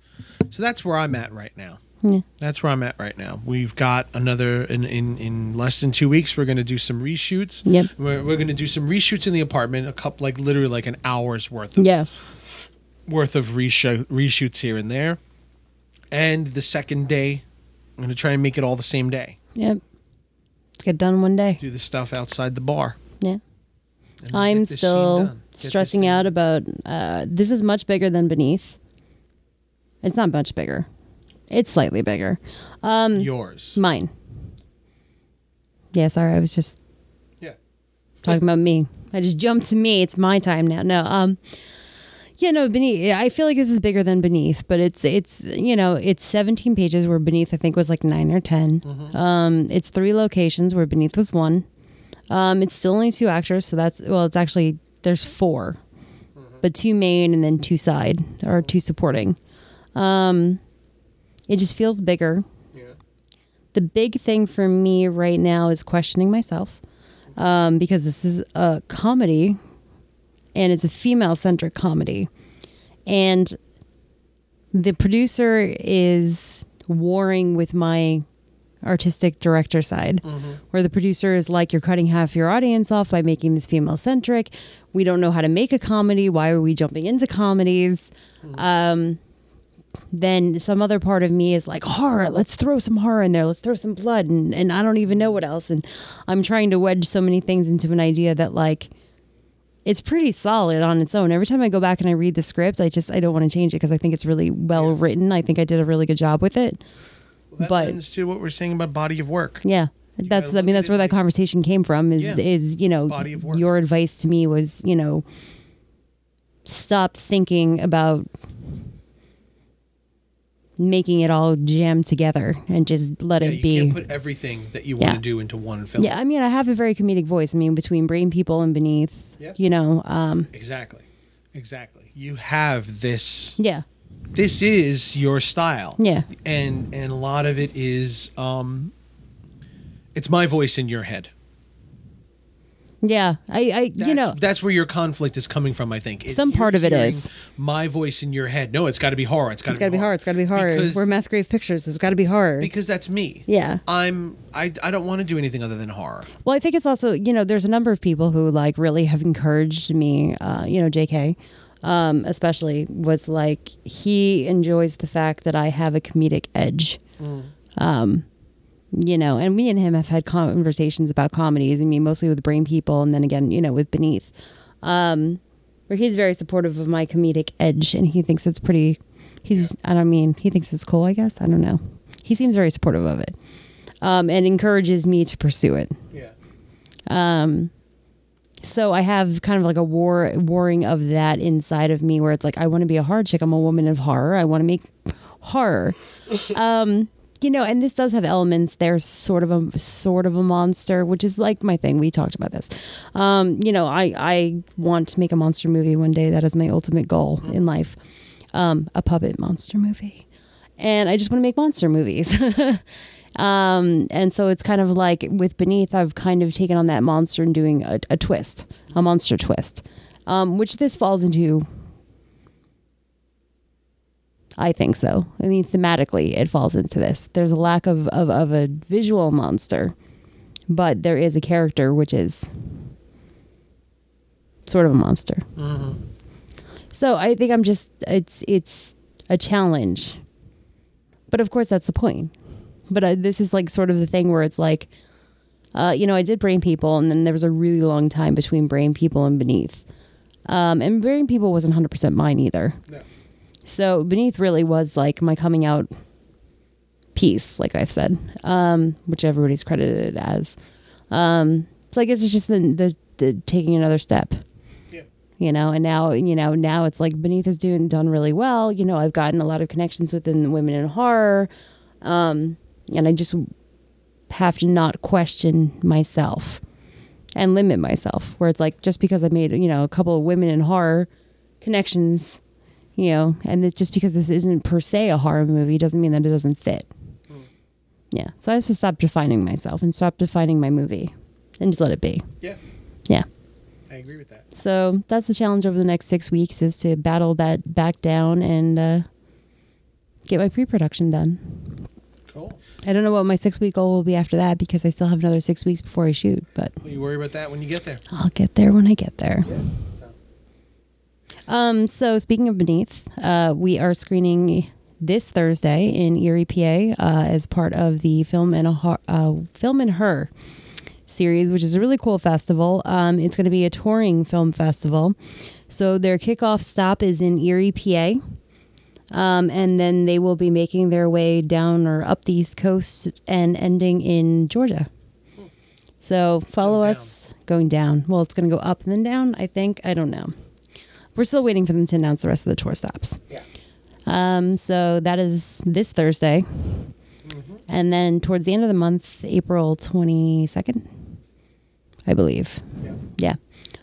S1: so that's where I'm at right now.
S2: Yeah.
S1: That's where I'm at right now. We've got another in in, in less than two weeks. We're going to do some reshoots.
S2: Yep.
S1: We're, we're going to do some reshoots in the apartment. A couple, like literally, like an hour's worth of
S2: Yeah.
S1: worth of reshoot, reshoots here and there. And the second day, I'm going to try and make it all the same day.
S2: Yep. Let's get done one day.
S1: Do the stuff outside the bar.
S2: Yeah.
S1: and
S2: I'm
S1: get this scene
S2: still
S1: done. Get this
S2: stressing
S1: thing-
S2: out about uh, this is much bigger than Beneath. It's not much bigger. It's slightly bigger.
S1: yours.
S2: Mine. Yeah, sorry, I was just
S1: Yeah.
S2: talking about me. I just jumped to me. It's my time now. No, um, yeah, no. Beneath, I feel like this is bigger than Beneath, but it's it's you know it's 17 pages where Beneath I think was like nine or 10 Um, it's three locations where Beneath was one. Um, it's still only two actors, so that's well, it's actually there's 4 but two main and then two side or two supporting. Um, it just feels bigger
S1: Yeah.
S2: the big thing for me right now is questioning myself um, because this is a comedy and it's a female centric comedy. And the producer is warring with my artistic director side, where the producer is like, You're cutting half your audience off by making this female centric. We don't know how to make a comedy. Why are we jumping into comedies? then some other part of me is like horror let's throw some horror in there let's throw some blood and, and i don't even know what else and i'm trying to wedge so many things into an idea that like it's pretty solid on its own every time i go back and i read the script i just i don't want to change it because i think it's really well written i think i did a really good job with it
S1: Well, that
S2: But-
S1: lends to what we're saying about body of work.
S2: yeah that's
S1: gotta
S2: i mean
S1: look at
S2: that's
S1: it
S2: where that
S1: like-
S2: conversation came from is
S1: Yeah.
S2: is you know
S1: Body of work.
S2: your advice to me was you know stop thinking about making it all jam together and just let
S1: Yeah,
S2: it
S1: you
S2: be
S1: can't put everything that you want
S2: Yeah.
S1: to do into one film.
S2: yeah i mean i have a very comedic voice i mean between brain people and beneath
S1: Yep.
S2: you know um
S1: Exactly. Exactly. You have this.
S2: yeah
S1: This is your style.
S2: Mm-hmm. Yeah.
S1: And and a lot of it is um. It's my voice in your head.
S2: Yeah, I, I
S1: That's,
S2: you know,
S1: that's where your conflict is coming from. I think If
S2: Some
S1: you're
S2: part of it
S1: hearing
S2: is.
S1: my voice in your head. No, it's got to be horror. It's got
S2: it's got to be hard. It's got to be hard.
S1: Because,
S2: We're mass grave pictures. It's got to be hard.
S1: because that's me.
S2: Yeah.
S1: I'm. I. I don't want to do anything other than horror.
S2: Well, I think it's also you know there's a number of people who like really have encouraged me. Uh, you know, J.K. Um, especially was like he enjoys the fact that I have a comedic edge. Um, you know, and me and him have had conversations about comedies. I mean, mostly with Brain People, and then again, you know, with Beneath, um, where he's very supportive of my comedic edge, and he thinks it's pretty. He's I don't mean he thinks it's cool. I guess I don't know. He seems very supportive of it, um, and encourages me to pursue it.
S1: Yeah.
S2: Um, so I have kind of like a war warring of that inside of me where it's like I want to be a hard chick. I'm a woman of horror. I want to make horror. um, you know, and this does have elements. There's sort of a sort of a monster, which is like my thing. We talked about this. Um, you know, I I want to make a monster movie one day. That is my ultimate goal in life. Um, a puppet monster movie. And I just want to make monster movies. Um, and so it's kind of like with Beneath, I've kind of taken on that monster and doing a, a twist, a monster twist, um, which this falls into. I think so. I mean, thematically, it falls into this. There's a lack of, of, of a visual monster, but there is a character which is sort of a monster.
S1: Mm-hmm.
S2: So I think I'm just it's it's a challenge, but of course that's the point but uh, this is like sort of the thing where it's like uh, you know i did brain people and then there was a really long time between brain people and beneath um, and brain people wasn't 100% mine either
S1: No.
S2: so beneath really was like my coming out piece like i've said um, which everybody's credited it as um, so i guess it's just the, the, the taking another step
S1: Yeah.
S2: you know and now you know now it's like beneath is doing done really well you know i've gotten a lot of connections within women in horror um and i just have to not question myself and limit myself where it's like just because i made you know a couple of women in horror connections you know and it's just because this isn't per se a horror movie doesn't mean that it doesn't fit
S1: Mm.
S2: yeah so i have to stop defining myself and stop defining my movie and just let it be
S1: Yeah.
S2: yeah
S1: I agree with that.
S2: so that's the challenge over the next six weeks is to battle that back down and uh, get my pre-production done.
S1: Cool.
S2: I don't know what my six-week goal will be after that because I still have another six weeks before I shoot, but
S1: Well, you worry about that when you get there.
S2: I'll get there when I get there.
S1: So.
S2: Um, so speaking of Beneath, uh, we are screening this Thursday in Erie, PA, uh, as part of the Film and a Ho- uh, Film and Her series, which is a really cool festival. Um, it's going to be a touring film festival. So their kickoff stop is in Erie, PA. Um, and then they will be making their way down or up the East Coast and ending in Georgia. So follow
S1: Going
S2: us going down. Well, it's going to go up and then down, I think. I don't know. We're still waiting for them to announce the rest of the tour stops.
S1: Yeah.
S2: Um, so that is this Thursday. And then towards the end of the month, April 22nd, I believe.
S1: Yeah.
S2: Yeah.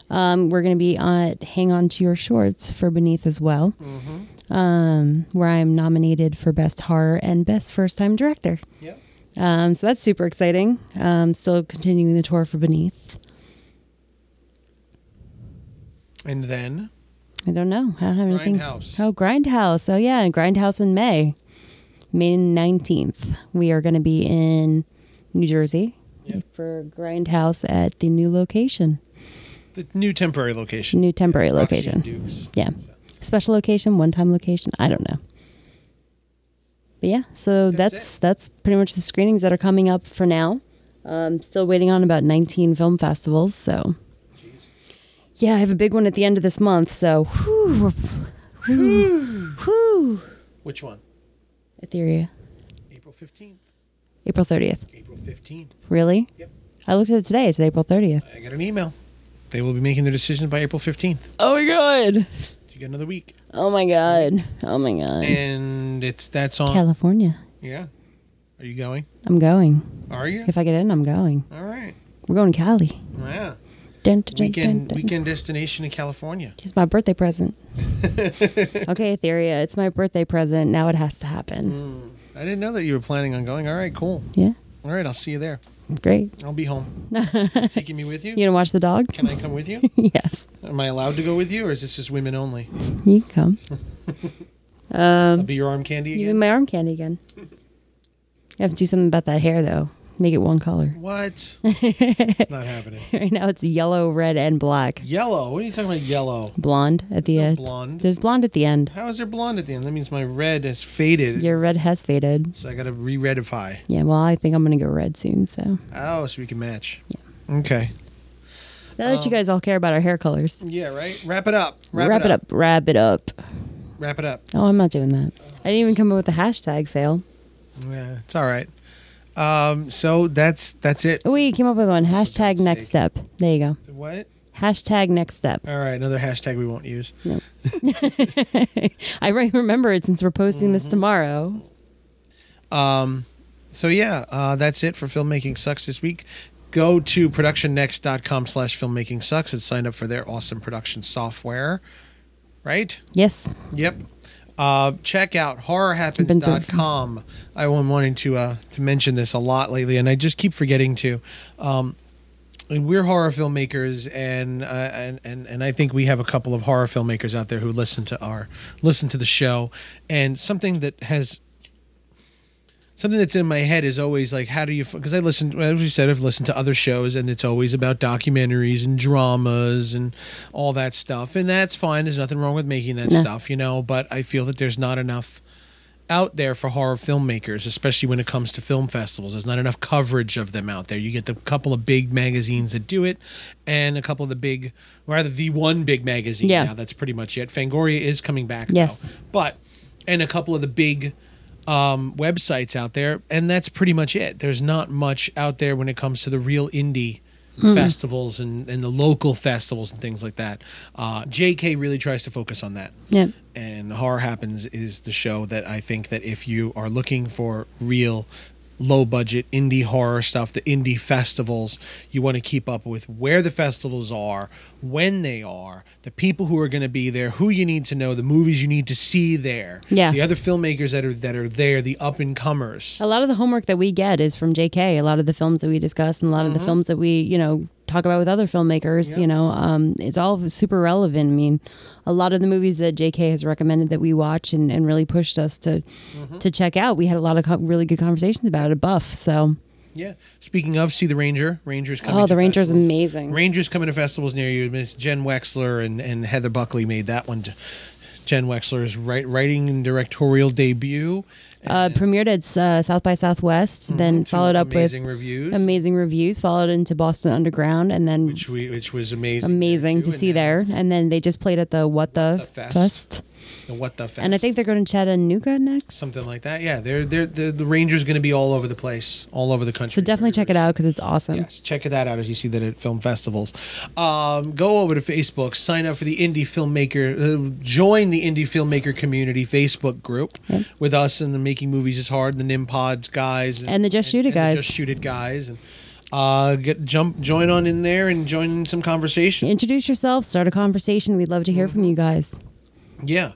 S2: Um, we're going to be at Hang On To Your Shorts for Beneath as well,
S1: Mm-hmm.
S2: um, where I'm nominated for Best Horror and Best First Time Director.
S1: Yeah.
S2: Um, so that's super exciting. Um, still continuing the tour for Beneath.
S1: And then
S2: I don't know. I don't have anything.
S1: Grindhouse.
S2: Oh, Grindhouse. Oh, yeah. and Grindhouse in May. May 19th. We are going to be in New Jersey
S1: Yep.
S2: for Grindhouse at the new location,
S1: the new temporary location.
S2: new temporary
S1: Roxy and
S2: location.
S1: Dukes.
S2: Yeah. Special location, one time location. I don't know. But yeah, so
S1: That's
S2: that's that's, pretty much the screenings that are coming up for now. Um, still waiting on about 19 film festivals. So,
S1: Jeez.
S2: yeah, I have a big one at the end of this month. So, whew, whew, whew.
S1: Which one?
S2: Etheria.
S1: April fifteenth.
S2: April 30th.
S1: April fifteenth.
S2: Really?
S1: Yep.
S2: I looked at it today. It's April 30th.
S1: I got an email. They will be making their decisions by April fifteenth.
S2: Oh my God.
S1: So you got another week,
S2: Oh my God. Oh my God.
S1: and uh, it's that's on.
S2: California.
S1: Yeah. Are you going?
S2: I'm going.
S1: Are you?
S2: If I get in, I'm going.
S1: All right.
S2: We're going to Cali.
S1: Yeah.
S2: Dun, dun, dun, dun,
S1: Weekend
S2: dun.
S1: weekend destination in California.
S2: It's my birthday present. okay, Etheria, it's my birthday present. Now it has to happen.
S1: I didn't know that you were planning on going. All right. Cool.
S2: Yeah.
S1: All right. I'll see you there.
S2: Great.
S1: I'll be home. Taking me with you?
S2: You gonna watch the dog?
S1: Can I come with you?
S2: yes,
S1: Am I allowed to go with you, or is this just women only?
S2: you can come.
S1: I'll be your arm candy
S2: Um, You
S1: again.
S2: give me my arm candy again. You have to do something about that hair though. Make it one color.
S1: What? it's not happening.
S2: Right now it's yellow, red, and black.
S1: Yellow. What are you talking about? Yellow.
S2: Blonde at the end.
S1: blonde.
S2: There's blonde at the end.
S1: How is there blonde at the end? That means my red has faded.
S2: Your red has faded.
S1: So I got to re-redify.
S2: Yeah, well, I think I'm gonna go red soon. So
S1: Oh, so we can match. Okay.
S2: now that you guys all care about our hair colors,
S1: Yeah. Right. Wrap it up. Wrap,
S2: Oh. wrap it up. Wrap it up.
S1: Wrap it up.
S2: Oh, I'm not doing that. I didn't even come up with a hashtag. Fail.
S1: Yeah, it's all right. Um. So that's that's it.
S2: Oh, wait, you came up with one. Hashtag
S1: God's
S2: next
S1: sake.
S2: step. There you go.
S1: What?
S2: Hashtag next step.
S1: All right. Another hashtag we won't use.
S2: Nope. I re- remember it since we're posting
S1: Mm-hmm.
S2: this tomorrow.
S1: Um, so yeah, uh, that's it for filmmaking sucks this week. Go to productionnext.com slash filmmaking sucks and sign up for their awesome production software. Right?
S2: Yes.
S1: Yep. Uh, check out horrorhappens.com. I've been wanting to uh, to mention this a lot lately, and I just keep forgetting to. Um, and we're horror filmmakers, and, uh, and and and I think we have a couple of horror filmmakers out there who listen to our listen to the show. And something that has something that's in my head is always like, how do you? Because I listen, as we said, I've listened to other shows, and it's always about documentaries and dramas and all that stuff, and that's fine. There's nothing wrong with making that
S2: No.
S1: stuff, you know. But I feel that there's not enough out there for horror filmmakers, especially when it comes to film festivals. There's not enough coverage of them out there. You get the couple of big magazines that do it, and a couple of the big, rather the one big magazine.
S2: Yeah.
S1: now that's pretty much it. Fangoria is coming back.
S2: Yes.
S1: though. but and a couple of the big um, websites out there, and that's pretty much it. There's not much out there when it comes to the real indie festivals and, and the local festivals and things like that. Uh, JK really tries to focus on that.
S2: Yep.
S1: And Horror Happens is the show that I think that if you are looking for real low budget indie horror stuff, the indie festivals, you want to keep up with where the festivals are, when they are, the people who are going to be there, who you need to know, the movies you need to see there,
S2: Yeah.
S1: the other filmmakers that are that are there, the up and comers.
S2: A lot of the homework that we get is from JK. A lot of the films that we discuss and a lot
S1: Mm-hmm.
S2: of the films that we, you know, talk about with other filmmakers, you know, um, it's all super relevant. I mean, a lot of the movies that JK has recommended that we watch and, and really pushed us to
S1: Mm-hmm.
S2: to check out, we had a lot of co- really good conversations about it. Buff. So,
S1: Yeah. Speaking of, see the Ranger. Ranger's coming.
S2: oh,
S1: to
S2: the Ranger's
S1: festivals.
S2: amazing.
S1: Rangers coming to festivals near you. Miss Jen Wexler and, and Heather Buckley made that one. Jen Wexler's write, writing and directorial debut.
S2: uh, premiered at uh, South by Southwest, then
S1: Mm-hmm. Two
S2: followed up
S1: amazing
S2: with
S1: reviews,
S2: amazing reviews, followed into Boston Underground, and then
S1: which we which was amazing.
S2: amazing
S1: there, too.
S2: to
S1: And
S2: see
S1: then
S2: there. And then they just played at the What the,
S1: The Fest.
S2: Fest.
S1: the What the Fest.
S2: And I think they're going to Chattanooga next.
S1: something like that. Yeah, they're they're, they're the Rangers going to be all over the place, all over the country.
S2: So definitely check it out because it's awesome.
S1: Yes, check that out if you see that at film festivals. Um, go over to Facebook, sign up for the Indie Filmmaker, uh, join the Indie Filmmaker Community Facebook group with us and the Making Movies is Hard, and the Nim Pods guys,
S2: And the Just Shoot It
S1: the
S2: guys.
S1: Just Shoot It guys, and uh, get jump join on in there and join in some conversation.
S2: Introduce yourself, start a conversation. We'd love to hear
S1: Mm-hmm.
S2: from you guys.
S1: Yeah,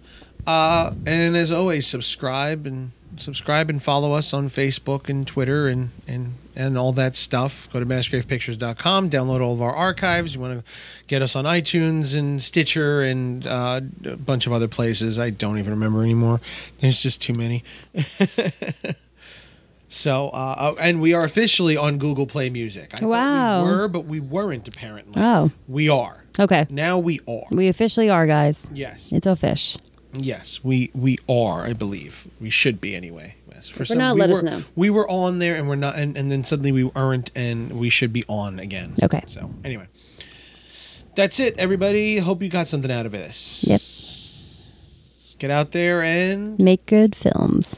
S1: uh, and as always, subscribe and subscribe and follow us on Facebook and Twitter and and and all that stuff. Go to massgravepictures.com, download all of our archives. You want to get us on iTunes and Stitcher and uh, a bunch of other places. I don't even remember anymore. There's just too many. So, uh, oh, and we are officially on Google Play Music. I thought
S2: Wow.
S1: we were, but we weren't apparently.
S2: Oh.
S1: we are
S2: Okay.
S1: now. We are.
S2: We officially are, guys.
S1: yes,
S2: It's a fish.
S1: Yes, we we are. I believe we should be anyway. Yes, for
S2: we're not,
S1: we
S2: let us
S1: were,
S2: know.
S1: We were on there, and we're not, and, and then suddenly we aren't, and we should be on again.
S2: Okay.
S1: So anyway, that's it, everybody. Hope you got something out of this.
S2: Yep.
S1: Get out there and
S2: Make good films.